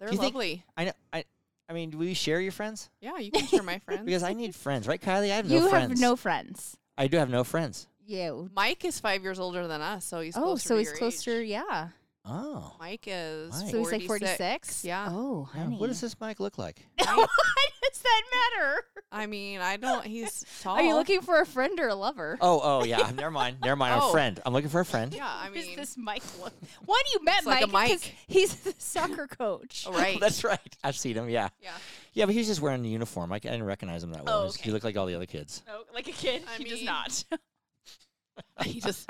Speaker 1: Do you think-
Speaker 3: lovely.
Speaker 1: I know. I I mean, will you share your friends?
Speaker 3: yeah, you can share my friends.
Speaker 1: Because I need friends, right, Kylie? I have
Speaker 2: you
Speaker 1: no
Speaker 2: have
Speaker 1: friends.
Speaker 2: no friends.
Speaker 1: I do have no friends.
Speaker 2: You.
Speaker 3: Mike is five years older than us, so he's
Speaker 2: Oh,
Speaker 3: closer
Speaker 2: so
Speaker 3: to
Speaker 2: he's
Speaker 3: your
Speaker 2: closer.
Speaker 3: Age.
Speaker 2: Yeah.
Speaker 1: Oh.
Speaker 3: Mike is
Speaker 1: Mike.
Speaker 2: So he's like
Speaker 3: 46.
Speaker 2: 46.
Speaker 3: Yeah.
Speaker 2: Oh,
Speaker 1: Yeah,
Speaker 2: honey.
Speaker 1: what does this Mike look like?
Speaker 2: Why does that matter?
Speaker 3: I mean, I don't. He's tall.
Speaker 2: Are you looking for a friend or a lover?
Speaker 1: Oh, oh yeah. Never mind. Never mind. I'm
Speaker 3: Oh.
Speaker 1: a friend. I'm looking for a friend.
Speaker 3: Yeah, I
Speaker 2: Who's
Speaker 3: mean,
Speaker 2: this Mike look? One, you met
Speaker 3: It's like a
Speaker 2: Mike 'cause
Speaker 3: Mike.
Speaker 2: he's the soccer coach.
Speaker 3: oh, right.
Speaker 1: That's right. I've seen him. Yeah.
Speaker 3: yeah.
Speaker 1: Yeah, but he's just wearing a uniform. I, I didn't recognize him that well.
Speaker 2: Oh,
Speaker 1: He's- He
Speaker 2: okay.
Speaker 1: looked like all the other kids.
Speaker 2: No, Oh, like a kid,
Speaker 3: I
Speaker 2: he does
Speaker 3: mean-
Speaker 2: not.
Speaker 3: he just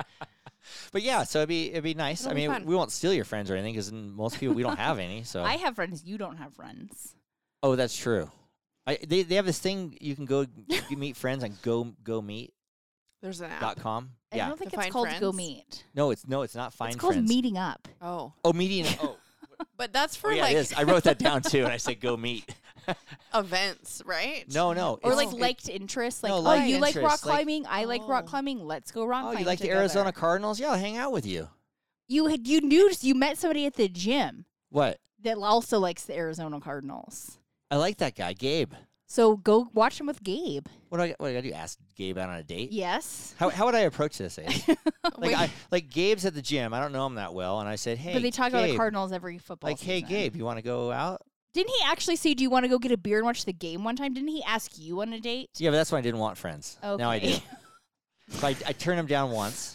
Speaker 1: But yeah, so it'd be it'd be nice.
Speaker 3: It'll
Speaker 1: I
Speaker 3: be
Speaker 1: mean,
Speaker 3: fun.
Speaker 1: we won't steal your friends or anything because most people we don't have any. So
Speaker 2: I have friends. You don't have friends.
Speaker 1: Oh, that's true. I, they they have this thing you can go you meet friends on go go meet
Speaker 3: there's an
Speaker 1: dot
Speaker 3: app.
Speaker 1: com.
Speaker 2: I
Speaker 1: Yeah.
Speaker 2: don't think
Speaker 3: To
Speaker 2: it's
Speaker 3: find
Speaker 2: called Go
Speaker 3: friends?
Speaker 2: Meet.
Speaker 1: No, it's no, it's not find
Speaker 2: it's called
Speaker 1: friends.
Speaker 2: meeting up.
Speaker 3: Oh,
Speaker 1: oh, meeting. Oh,
Speaker 3: but that's for
Speaker 1: oh, yeah,
Speaker 3: like
Speaker 1: it is. I wrote that down too, and I said go meet.
Speaker 3: events, right?
Speaker 1: No, no.
Speaker 2: Or
Speaker 1: it's-
Speaker 2: like
Speaker 1: it-
Speaker 2: liked interests, like
Speaker 1: No,
Speaker 2: oh,
Speaker 1: like
Speaker 2: you like rock
Speaker 1: interests, like-
Speaker 2: climbing, I like rock
Speaker 3: Oh.
Speaker 2: climbing. Let's go rock
Speaker 1: Oh,
Speaker 2: climbing.
Speaker 1: you like the
Speaker 2: together.
Speaker 1: Arizona Cardinals? Yeah, I'll hang out with you.
Speaker 2: You had you knew you met somebody at the gym
Speaker 1: What?
Speaker 2: that also likes the Arizona Cardinals.
Speaker 1: I like that guy, Gabe.
Speaker 2: So go watch them with Gabe.
Speaker 1: What do I what do I do? Ask Gabe out on a date?
Speaker 2: Yes,
Speaker 1: How how would I approach this? Ace? like
Speaker 3: Wait.
Speaker 1: I like Gabe's at the gym. I don't know him that well, and I said, hey,
Speaker 2: but they talk about the
Speaker 1: Gabe,"
Speaker 2: Cardinals every football.
Speaker 1: Like, hey,
Speaker 2: season.
Speaker 1: Gabe, you want to go out?
Speaker 2: Didn't he actually say, "Do you want to go get a beer and watch the game one time"? Didn't he ask you on a date?
Speaker 1: Yeah, but that's when I didn't want friends. Now I do.
Speaker 2: Okay.
Speaker 1: So I, I turned him down once.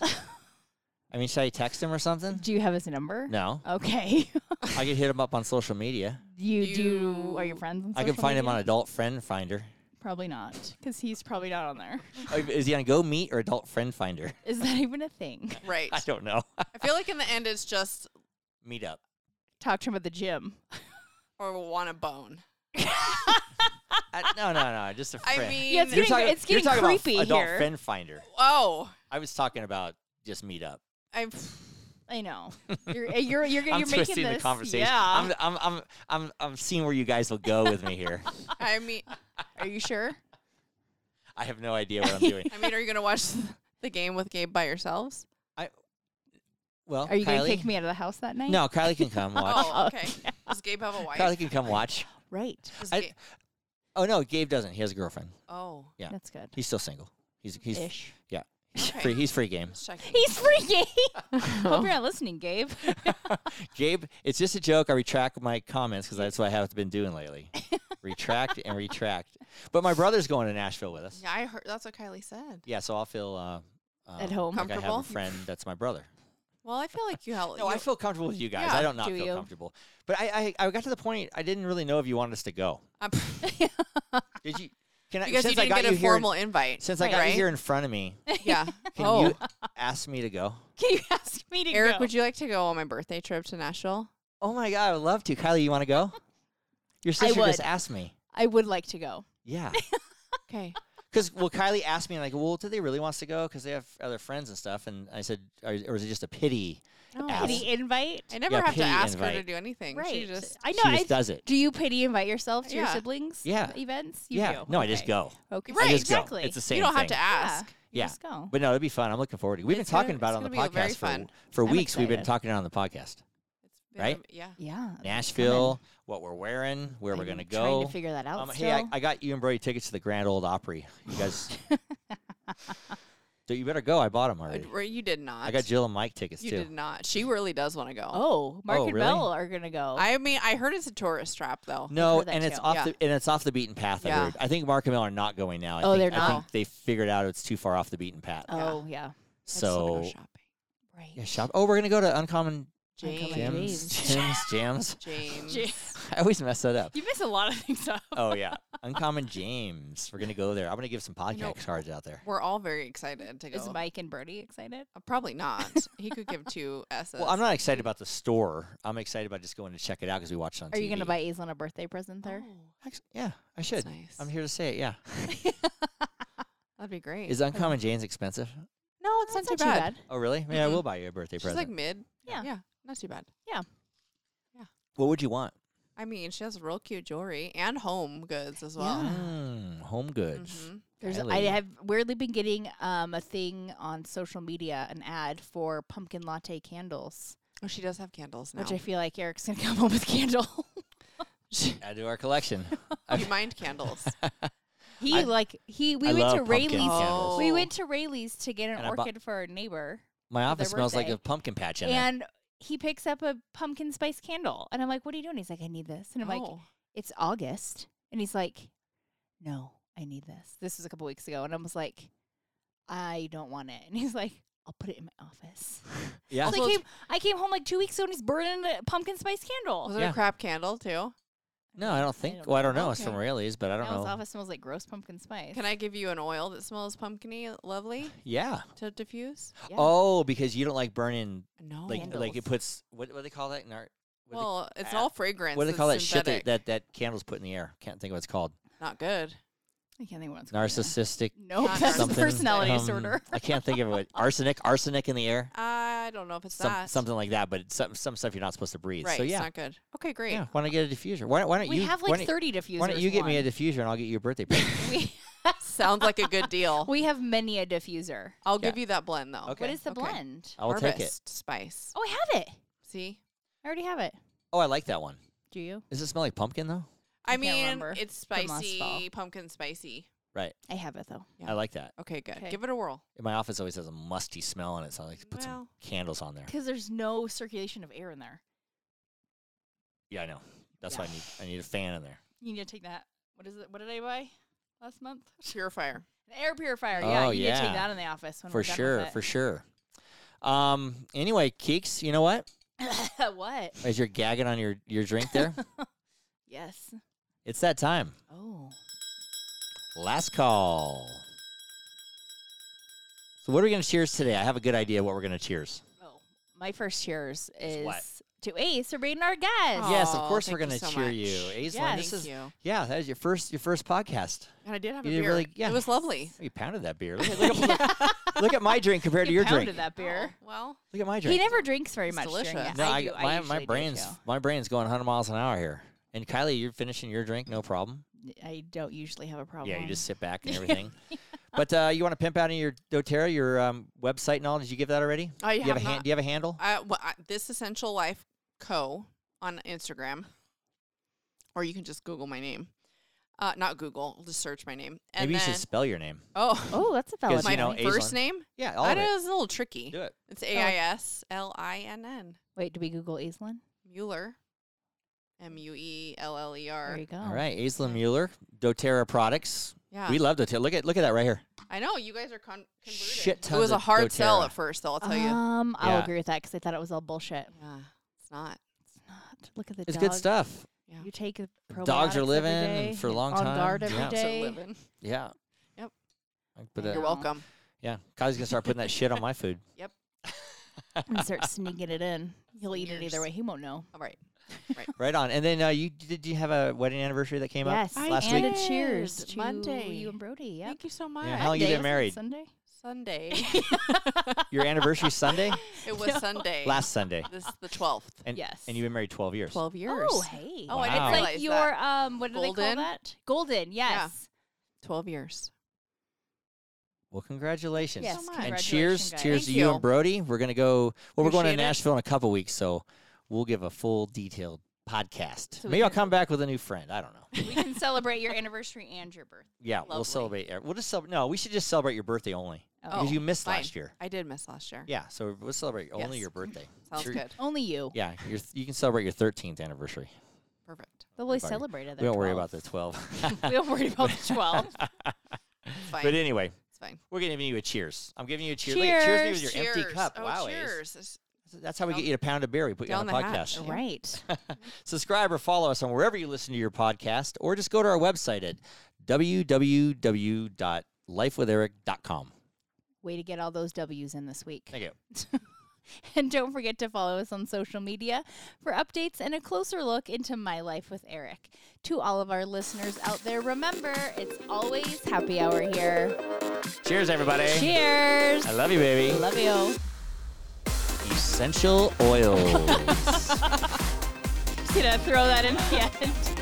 Speaker 1: I mean, should I text him or something?
Speaker 2: Do you have his number?
Speaker 1: No.
Speaker 2: Okay.
Speaker 1: I could hit him up on social media.
Speaker 2: you, do.
Speaker 3: You-
Speaker 2: Are your friends? On
Speaker 1: I can
Speaker 2: social
Speaker 1: find him
Speaker 2: media?
Speaker 1: on Adult Friend Finder.
Speaker 2: Probably not, because he's probably not on there.
Speaker 1: Oh, Is he on Go Meet or Adult Friend Finder?
Speaker 2: Is that even a thing?
Speaker 3: right.
Speaker 1: I don't know.
Speaker 3: I feel like in the end, it's just
Speaker 1: Meet up.
Speaker 2: Talk to him at the gym.
Speaker 3: or want a bone.
Speaker 1: I, no, no, no. Just a
Speaker 3: I
Speaker 1: friend.
Speaker 3: mean,
Speaker 2: Yeah, it's
Speaker 1: you're
Speaker 2: getting-
Speaker 1: talking,
Speaker 2: it's
Speaker 1: you're
Speaker 2: getting
Speaker 1: talking about
Speaker 2: creepy
Speaker 1: Adult
Speaker 2: here.
Speaker 1: Friend Finder.
Speaker 3: oh,
Speaker 1: I was talking about just meet up.
Speaker 3: I'm
Speaker 2: I know. You're uh, you're you're, you're
Speaker 1: I'm
Speaker 2: making
Speaker 1: twisting
Speaker 2: this.
Speaker 1: the conversation.
Speaker 2: Yeah.
Speaker 1: I'm, I'm, I'm, I'm, I'm seeing where you guys will go with me here.
Speaker 3: I mean,
Speaker 2: Are you sure?
Speaker 1: I have no idea what I'm doing.
Speaker 3: I mean, are you gonna watch the game with Gabe by yourselves?
Speaker 1: Well,
Speaker 2: Are you
Speaker 1: Oh, Kylie?
Speaker 2: gonna kick me out of the house that night?
Speaker 1: No, Kylie can come watch.
Speaker 3: Oh, okay. Does Gabe have a wife?
Speaker 1: Kylie can come watch.
Speaker 2: Right.
Speaker 3: Does
Speaker 1: I-
Speaker 3: Gabe-
Speaker 1: Oh no, Gabe doesn't. He has a girlfriend.
Speaker 3: oh,
Speaker 1: Yeah.
Speaker 2: That's good.
Speaker 1: He's still single. He's he's
Speaker 2: Ish.
Speaker 1: yeah. He's
Speaker 3: Okay.
Speaker 1: free. He's free game.
Speaker 3: just checking.
Speaker 2: He's free, Gabe. Hope you're not listening, Gabe.
Speaker 1: Gabe, it's just a joke. I retract my comments because that's what I have been doing lately. retract and retract. But my brother's going to Nashville with us. Yeah,
Speaker 3: Yeah, I heard. That's what Kylie said.
Speaker 1: so I'll feel uh, uh,
Speaker 2: At home.
Speaker 1: Like I have
Speaker 3: Comfortable?
Speaker 1: a friend that's my brother.
Speaker 3: Well, I feel like you helped.
Speaker 1: No, I feel comfortable with you guys.
Speaker 3: Yeah,
Speaker 1: I don't not
Speaker 2: do
Speaker 1: feel
Speaker 2: you?
Speaker 1: comfortable. But I, I I got to the point I didn't really know if you wanted us to go. Did you? Can I?
Speaker 3: because
Speaker 1: since
Speaker 3: you didn't
Speaker 1: I got
Speaker 3: get a
Speaker 1: you here,
Speaker 3: formal invite.
Speaker 1: since I got
Speaker 3: right?
Speaker 1: you here in front of me,
Speaker 3: Yeah.
Speaker 1: can
Speaker 3: oh,
Speaker 1: you ask me to go?
Speaker 2: Can you ask me to
Speaker 3: Eric,
Speaker 2: go?
Speaker 3: would you like to go on my birthday trip to Nashville?
Speaker 1: Oh my god, I would love to. Kylie, you want to go? Your
Speaker 2: I
Speaker 1: sister just
Speaker 2: would.
Speaker 1: asked me.
Speaker 2: I would like to go.
Speaker 1: Yeah,
Speaker 3: Okay.
Speaker 1: Because well, Kylie asked me like, well, do they really want us to go? Because they have other friends and stuff. And I said, or, or is it just a pity? Ass.
Speaker 2: Pity invite.
Speaker 3: I never
Speaker 1: Yeah,
Speaker 3: have to
Speaker 1: pity
Speaker 3: ask her to
Speaker 1: invite.
Speaker 3: do anything.
Speaker 2: Right.
Speaker 3: She just
Speaker 2: I know.
Speaker 1: she
Speaker 2: I,
Speaker 1: just does it.
Speaker 2: do you pity invite yourself to your
Speaker 3: Yeah.
Speaker 2: siblings?
Speaker 1: Yeah.
Speaker 2: Events. You
Speaker 1: yeah.
Speaker 2: Do.
Speaker 1: No, I just
Speaker 2: Okay.
Speaker 1: go.
Speaker 2: Okay.
Speaker 3: Right,
Speaker 1: I just go.
Speaker 2: Exactly.
Speaker 1: It's the same.
Speaker 3: you don't have
Speaker 1: thing.
Speaker 3: to ask.
Speaker 2: You
Speaker 1: Yeah.
Speaker 2: Just go.
Speaker 1: But no, it'll be fun. I'm looking forward to it. We've
Speaker 3: It's
Speaker 1: been
Speaker 3: gonna-
Speaker 1: talking about
Speaker 3: it's
Speaker 1: it on the
Speaker 3: gonna be very
Speaker 1: podcast for,
Speaker 3: fun.
Speaker 1: for
Speaker 2: I'm
Speaker 1: weeks. We've been
Speaker 2: excited.
Speaker 1: talking on the podcast.
Speaker 3: It's been a-
Speaker 1: Right?
Speaker 3: Yeah.
Speaker 2: Yeah. that's
Speaker 1: Nashville,
Speaker 2: coming.
Speaker 1: what we're wearing, where we're
Speaker 2: I'm
Speaker 1: gonna
Speaker 2: Trying
Speaker 1: go.
Speaker 2: to figure that out.
Speaker 1: Um,
Speaker 2: still.
Speaker 1: hey, I, I got you and Brody tickets to the Grand Old Opry. You guys, so you better go. I bought them
Speaker 3: Uh,
Speaker 1: already.
Speaker 3: where you did not.
Speaker 1: I got Jill and Mike tickets
Speaker 3: You
Speaker 1: too.
Speaker 3: did not. She really does want to go.
Speaker 2: oh, Mark
Speaker 1: Oh,
Speaker 2: and
Speaker 1: really?
Speaker 2: Bell are gonna go.
Speaker 3: I mean, I heard it's a tourist trap though.
Speaker 1: No,
Speaker 2: heard that
Speaker 1: and it's
Speaker 2: too.
Speaker 1: off
Speaker 3: Yeah.
Speaker 1: the and it's off the beaten path. I
Speaker 3: Yeah.
Speaker 1: heard. I think Mark and Mel are not going now. I
Speaker 2: Oh,
Speaker 1: think,
Speaker 2: they're
Speaker 1: I
Speaker 2: not?
Speaker 1: think they figured out it's too far off the beaten path.
Speaker 2: oh yeah.
Speaker 3: I just wanna
Speaker 1: so
Speaker 3: go shopping.
Speaker 2: Right.
Speaker 1: yeah, shop. Oh, we're gonna go to Uncommon
Speaker 2: Uncommon
Speaker 1: Gems. Gems. Gems.
Speaker 3: James.
Speaker 1: I always mess that up.
Speaker 2: You miss a lot of things up.
Speaker 1: Oh yeah, Uncommon James. We're gonna go there. I'm gonna give some podcast
Speaker 3: You know-
Speaker 1: cards out there.
Speaker 3: We're all very excited to go.
Speaker 2: Is Mike and Brody excited?
Speaker 3: Uh, Probably not. he could give two S's.
Speaker 1: Well, I'm not excited about the store. I'm excited about just going to check it out because we watched it on
Speaker 2: Are you
Speaker 1: going
Speaker 2: gonna buy Aislinn a birthday present there?
Speaker 1: Actually, yeah, I should.
Speaker 3: that's nice.
Speaker 1: I'm here to say it. Yeah.
Speaker 3: That'd be great.
Speaker 1: Is Uncommon Jane's expensive?
Speaker 3: no, it's not
Speaker 2: That's
Speaker 3: too bad.
Speaker 1: Oh, really? Maybe I
Speaker 3: Mhm.
Speaker 1: will buy you a birthday
Speaker 3: She's like
Speaker 1: present.
Speaker 3: mid.
Speaker 2: Yeah.
Speaker 3: Yeah. Not too bad.
Speaker 1: what would you want?
Speaker 3: I mean, she has real cute jewelry and home goods as well.
Speaker 2: Yeah.
Speaker 1: Mm, home goods.
Speaker 3: Mhm.
Speaker 2: There's I
Speaker 1: Kylie.
Speaker 2: have weirdly been getting um, a thing on social media, an ad for pumpkin latte candles,
Speaker 3: Oh, she does have candles now.
Speaker 2: which I feel like Eric's gonna come home with candle.
Speaker 1: Add to our collection.
Speaker 3: Oh, you mind candles?
Speaker 2: he
Speaker 1: I-
Speaker 2: like he we
Speaker 1: I
Speaker 2: went
Speaker 1: love
Speaker 2: to
Speaker 1: pumpkin
Speaker 2: Rayleigh's.
Speaker 1: candles.
Speaker 2: We
Speaker 3: Oh.
Speaker 2: went to Rayleigh's to get an
Speaker 1: And I bu-
Speaker 2: orchid for our neighbor,
Speaker 1: My office
Speaker 2: their
Speaker 1: smells like
Speaker 2: birthday.
Speaker 1: a pumpkin patch in it.
Speaker 2: and he picks up a pumpkin spice candle, and I'm like, "What are you doing?" He's like, "I need this," and I'm like,
Speaker 3: Oh.
Speaker 2: it's August. And he's like, no, I need this. This was a couple weeks ago. And I was like, I don't want it. And he's like, I'll put it in my office.
Speaker 1: Yeah.
Speaker 2: So I,
Speaker 3: Also,
Speaker 2: came, I came home like two weeks ago and he's burning a pumpkin spice candle.
Speaker 3: was it
Speaker 1: Yeah.
Speaker 3: a crab candle too?
Speaker 1: No, I don't think. well, I don't know. It's from
Speaker 3: Okay.
Speaker 1: Rayleigh's, but I don't
Speaker 2: Now his
Speaker 1: know.
Speaker 2: office smells like gross pumpkin spice.
Speaker 3: Can I give you an oil that smells pumpkiny, lovely
Speaker 1: Yeah.
Speaker 3: to diffuse?
Speaker 2: Yeah. Oh.
Speaker 1: Oh, because you don't like burning
Speaker 3: No.
Speaker 1: like like it
Speaker 2: Candles.
Speaker 1: puts what what do they call that in art? What, do they-
Speaker 3: well, it's
Speaker 1: ah,
Speaker 3: all fragrance.
Speaker 1: what do they,
Speaker 3: it's
Speaker 1: call that shit
Speaker 3: synthetic.
Speaker 1: that, that that candles put in the air? Can't think of what it's called.
Speaker 3: Not good.
Speaker 2: I can't think of what it's called.
Speaker 1: Narcissistic.
Speaker 2: Nope,
Speaker 3: Not
Speaker 2: that's
Speaker 1: something.
Speaker 2: personality
Speaker 1: um,
Speaker 2: disorder.
Speaker 1: I can't think of what arsenic arsenic in the air.
Speaker 3: I don't know if it's
Speaker 1: Some,
Speaker 3: that.
Speaker 1: something like that, but it's some some stuff you're not supposed to breathe.
Speaker 3: Right.
Speaker 1: so
Speaker 3: It's
Speaker 1: yeah,
Speaker 3: not good. Okay, great.
Speaker 1: yeah. Why don't I get a diffuser? Why don't why don't
Speaker 2: We
Speaker 1: you
Speaker 2: have
Speaker 1: why
Speaker 2: like
Speaker 1: don't,
Speaker 2: 30 diffusers.
Speaker 1: why don't you get me a diffuser and I'll get you a birthday present?
Speaker 2: we,
Speaker 3: Sounds like a good deal.
Speaker 2: we have many a diffuser.
Speaker 3: I'll
Speaker 1: Yeah.
Speaker 3: give you that blend though.
Speaker 1: Okay.
Speaker 2: What is the
Speaker 3: okay.
Speaker 2: blend?
Speaker 1: I will
Speaker 3: Harvest
Speaker 1: take it.
Speaker 3: spice.
Speaker 2: Oh, I have it.
Speaker 3: See,
Speaker 2: I already have it.
Speaker 1: Oh, I like that one.
Speaker 2: Do you?
Speaker 1: Does it smell like pumpkin though?
Speaker 3: I,
Speaker 2: can't
Speaker 3: mean,
Speaker 2: remember
Speaker 3: it's
Speaker 2: from last fall.
Speaker 3: spicy, pumpkin spicy.
Speaker 1: Right.
Speaker 2: I have it though.
Speaker 3: Yeah.
Speaker 1: I like that.
Speaker 3: Okay, good.
Speaker 2: Okay.
Speaker 3: Give it a whirl.
Speaker 1: In my office always has a musty smell in it, so I like to put some
Speaker 3: Well.
Speaker 1: candles on there.
Speaker 2: Because there's no circulation of air in there.
Speaker 1: Yeah, I know. That's why I
Speaker 2: Yeah.
Speaker 1: need I need a fan in there.
Speaker 2: You need to take that. What is it? What did I buy last month?
Speaker 3: Purifier.
Speaker 2: An air purifier. yeah,
Speaker 1: Oh,
Speaker 2: you need to
Speaker 1: yeah.
Speaker 2: take that in the office when
Speaker 1: for
Speaker 2: we're done
Speaker 1: sure, for sure. Um anyway, Keeks, you know what?
Speaker 2: sure. what?
Speaker 1: As you're gagging on your, your drink there,
Speaker 2: Yes.
Speaker 1: it's that time.
Speaker 2: Oh.
Speaker 1: Last call. So what are we gonna cheers today? I have a good idea what we're gonna cheers.
Speaker 2: Oh. My first cheers
Speaker 1: Is
Speaker 2: is
Speaker 1: what?
Speaker 2: to Ace for being our guest.
Speaker 3: Aw.
Speaker 1: yes, of
Speaker 3: Aw,
Speaker 1: course we're
Speaker 3: thank
Speaker 1: gonna
Speaker 3: you so
Speaker 1: cheer
Speaker 3: much.
Speaker 1: you. Aislinn,
Speaker 2: Yeah,
Speaker 1: this
Speaker 3: Thank
Speaker 1: is
Speaker 3: you.
Speaker 1: yeah, that was your first your first podcast.
Speaker 3: And I did have
Speaker 1: You
Speaker 3: a
Speaker 1: did
Speaker 3: beer.
Speaker 1: really- yeah.
Speaker 3: It was lovely.
Speaker 1: You pounded that beer. Look at, look at- look at my drink compared to
Speaker 2: You
Speaker 1: your
Speaker 2: pounded
Speaker 1: drink.
Speaker 2: that beer.
Speaker 3: Oh, well,
Speaker 1: Look at my drink.
Speaker 2: He never drinks very
Speaker 3: It's
Speaker 2: much. during
Speaker 3: delicious.
Speaker 2: the-
Speaker 1: no,
Speaker 2: I,
Speaker 1: I,
Speaker 2: do,
Speaker 1: my,
Speaker 2: usually
Speaker 1: my
Speaker 2: do,
Speaker 1: brain's
Speaker 2: too.
Speaker 1: my brain's going 100 miles an hour here. And Kylie, you're finishing your drink, no problem.
Speaker 2: I don't usually have a problem.
Speaker 1: Yeah, you just sit back and everything. But uh, you want to pimp out in your DoTerra, your um, website and all? Did you give that already?
Speaker 3: I
Speaker 1: Do you
Speaker 3: have,
Speaker 1: have a
Speaker 3: not.
Speaker 1: hand, Do you have a handle?
Speaker 3: I, well, I, this Essential Life Co. on Instagram, or you can just Google my name. Uh, not Google, just search my name. And
Speaker 1: Maybe you
Speaker 3: then,
Speaker 1: should spell your name.
Speaker 3: oh,
Speaker 2: Oh, that's a valid.
Speaker 1: Because,
Speaker 3: my
Speaker 1: you know,
Speaker 2: point.
Speaker 3: first
Speaker 1: Aislinn.
Speaker 3: name?
Speaker 1: Yeah, all
Speaker 3: That
Speaker 1: of it.
Speaker 3: is a little tricky.
Speaker 1: Do it.
Speaker 3: It's A I S L I N N.
Speaker 2: Wait, do we Google Aislinn?
Speaker 3: Mueller. M U E L L E
Speaker 2: There
Speaker 3: R.
Speaker 2: you go.
Speaker 1: All right, Aislinn Mueller, DoTerra products.
Speaker 3: Yeah.
Speaker 1: We love DoTerra. Look at look at that right here.
Speaker 3: I know you guys are con- converted.
Speaker 1: Shit
Speaker 3: It
Speaker 1: tons
Speaker 3: was a
Speaker 1: of
Speaker 3: hard sell
Speaker 1: doTERRA.
Speaker 3: at first, though. I'll tell you.
Speaker 2: Um, I'll
Speaker 1: Yeah.
Speaker 2: agree with that because I thought it was all bullshit.
Speaker 3: Yeah, it's not.
Speaker 2: It's not. Look at the.
Speaker 1: It's
Speaker 2: dog.
Speaker 1: good stuff.
Speaker 3: Yeah.
Speaker 2: You take a
Speaker 1: Dogs
Speaker 2: probiotics
Speaker 1: are
Speaker 2: every
Speaker 1: living
Speaker 2: day,
Speaker 1: for a long
Speaker 2: on
Speaker 1: time.
Speaker 2: guard every
Speaker 1: Yeah.
Speaker 3: Dogs are
Speaker 2: day.
Speaker 3: living.
Speaker 1: Yeah.
Speaker 3: Yep.
Speaker 1: I can put
Speaker 2: Yeah.
Speaker 1: that-
Speaker 3: You're welcome.
Speaker 1: yeah, Kylie's gonna start putting that shit on my food.
Speaker 2: and start sneaking it in. He'll eat it either
Speaker 3: Sneakers.
Speaker 2: way. He won't know.
Speaker 3: All right. Right.
Speaker 1: right on. And then uh, you did you have a wedding anniversary that came
Speaker 2: yes.
Speaker 1: up
Speaker 3: I
Speaker 1: last
Speaker 2: and
Speaker 1: week?
Speaker 2: a cheers
Speaker 3: did.
Speaker 2: to
Speaker 3: Monday.
Speaker 2: you and Brody. Yep.
Speaker 3: Thank you so much.
Speaker 1: Yeah, how long you
Speaker 2: Monday,
Speaker 1: been
Speaker 2: wasn't it
Speaker 1: married?
Speaker 2: Sunday.
Speaker 3: Sunday.
Speaker 1: Your anniversary Sunday?
Speaker 3: it was Sunday.
Speaker 1: Last Sunday.
Speaker 3: This is the twelfth.
Speaker 1: And,
Speaker 2: Yes.
Speaker 1: And you've been married 12 years.
Speaker 3: Twelve years.
Speaker 2: Oh hey.
Speaker 3: Oh, I didn't
Speaker 1: Wow.
Speaker 2: It's like
Speaker 3: realize that.
Speaker 2: your um what do they call
Speaker 3: Golden?
Speaker 2: that? Golden, yes.
Speaker 3: Twelve years.
Speaker 1: Well, congratulations.
Speaker 2: Yes,
Speaker 3: so much.
Speaker 1: and
Speaker 2: congratulations,
Speaker 1: cheers,
Speaker 2: guys.
Speaker 1: cheers
Speaker 3: Thank
Speaker 1: to you,
Speaker 3: you.
Speaker 1: and Brody. We're gonna go. Well, we're going to
Speaker 3: Appreciate it.
Speaker 1: Nashville in a couple weeks, so we'll give a full detailed podcast.
Speaker 2: So we
Speaker 1: Maybe I'll
Speaker 2: can-
Speaker 1: come back with a new friend. I don't know.
Speaker 2: we can celebrate your anniversary and your birthday.
Speaker 1: Yeah, we'll
Speaker 3: Lovely.
Speaker 1: celebrate. e- We'll just celebrate. No, we should just celebrate your birthday only because
Speaker 3: Oh,
Speaker 1: you missed
Speaker 3: fine.
Speaker 1: last year.
Speaker 3: I did miss last year.
Speaker 1: Yeah, so we'll celebrate only
Speaker 3: Yes.
Speaker 1: your birthday.
Speaker 3: Sounds
Speaker 1: Sure.
Speaker 3: good.
Speaker 2: Only you.
Speaker 1: Yeah, your th- you can celebrate your 13th anniversary.
Speaker 3: Perfect.
Speaker 2: But we
Speaker 1: Everybody.
Speaker 2: celebrate other
Speaker 1: We don't worry
Speaker 2: 12.
Speaker 1: about the 12.
Speaker 2: we don't worry about the 12.
Speaker 3: Fine.
Speaker 1: but anyway,
Speaker 3: it's fine.
Speaker 1: we're giving you a cheers. I'm giving you a cheers. Look at- cheers me with your empty
Speaker 3: Cheers.
Speaker 1: cup.
Speaker 3: Oh,
Speaker 1: wow, Ace.
Speaker 3: cheers. It's-
Speaker 1: That's how we
Speaker 3: Down-
Speaker 1: get you to pound a beer. We put you on the,
Speaker 3: down the hatch.
Speaker 1: podcast.
Speaker 2: right.
Speaker 1: subscribe or follow us on wherever you listen to your podcast, or just go to our website at www.lifewitheric.com.
Speaker 2: Way to get all those W's in this week.
Speaker 1: Thank you.
Speaker 2: And don't forget to follow us on social media for updates and a closer look into my life with Eric. To all of our listeners out there, remember it's always happy hour here.
Speaker 1: Cheers, everybody.
Speaker 2: Cheers.
Speaker 1: I love you, baby.
Speaker 2: Love you.
Speaker 1: Essential oils.
Speaker 2: Just gonna throw that in the end.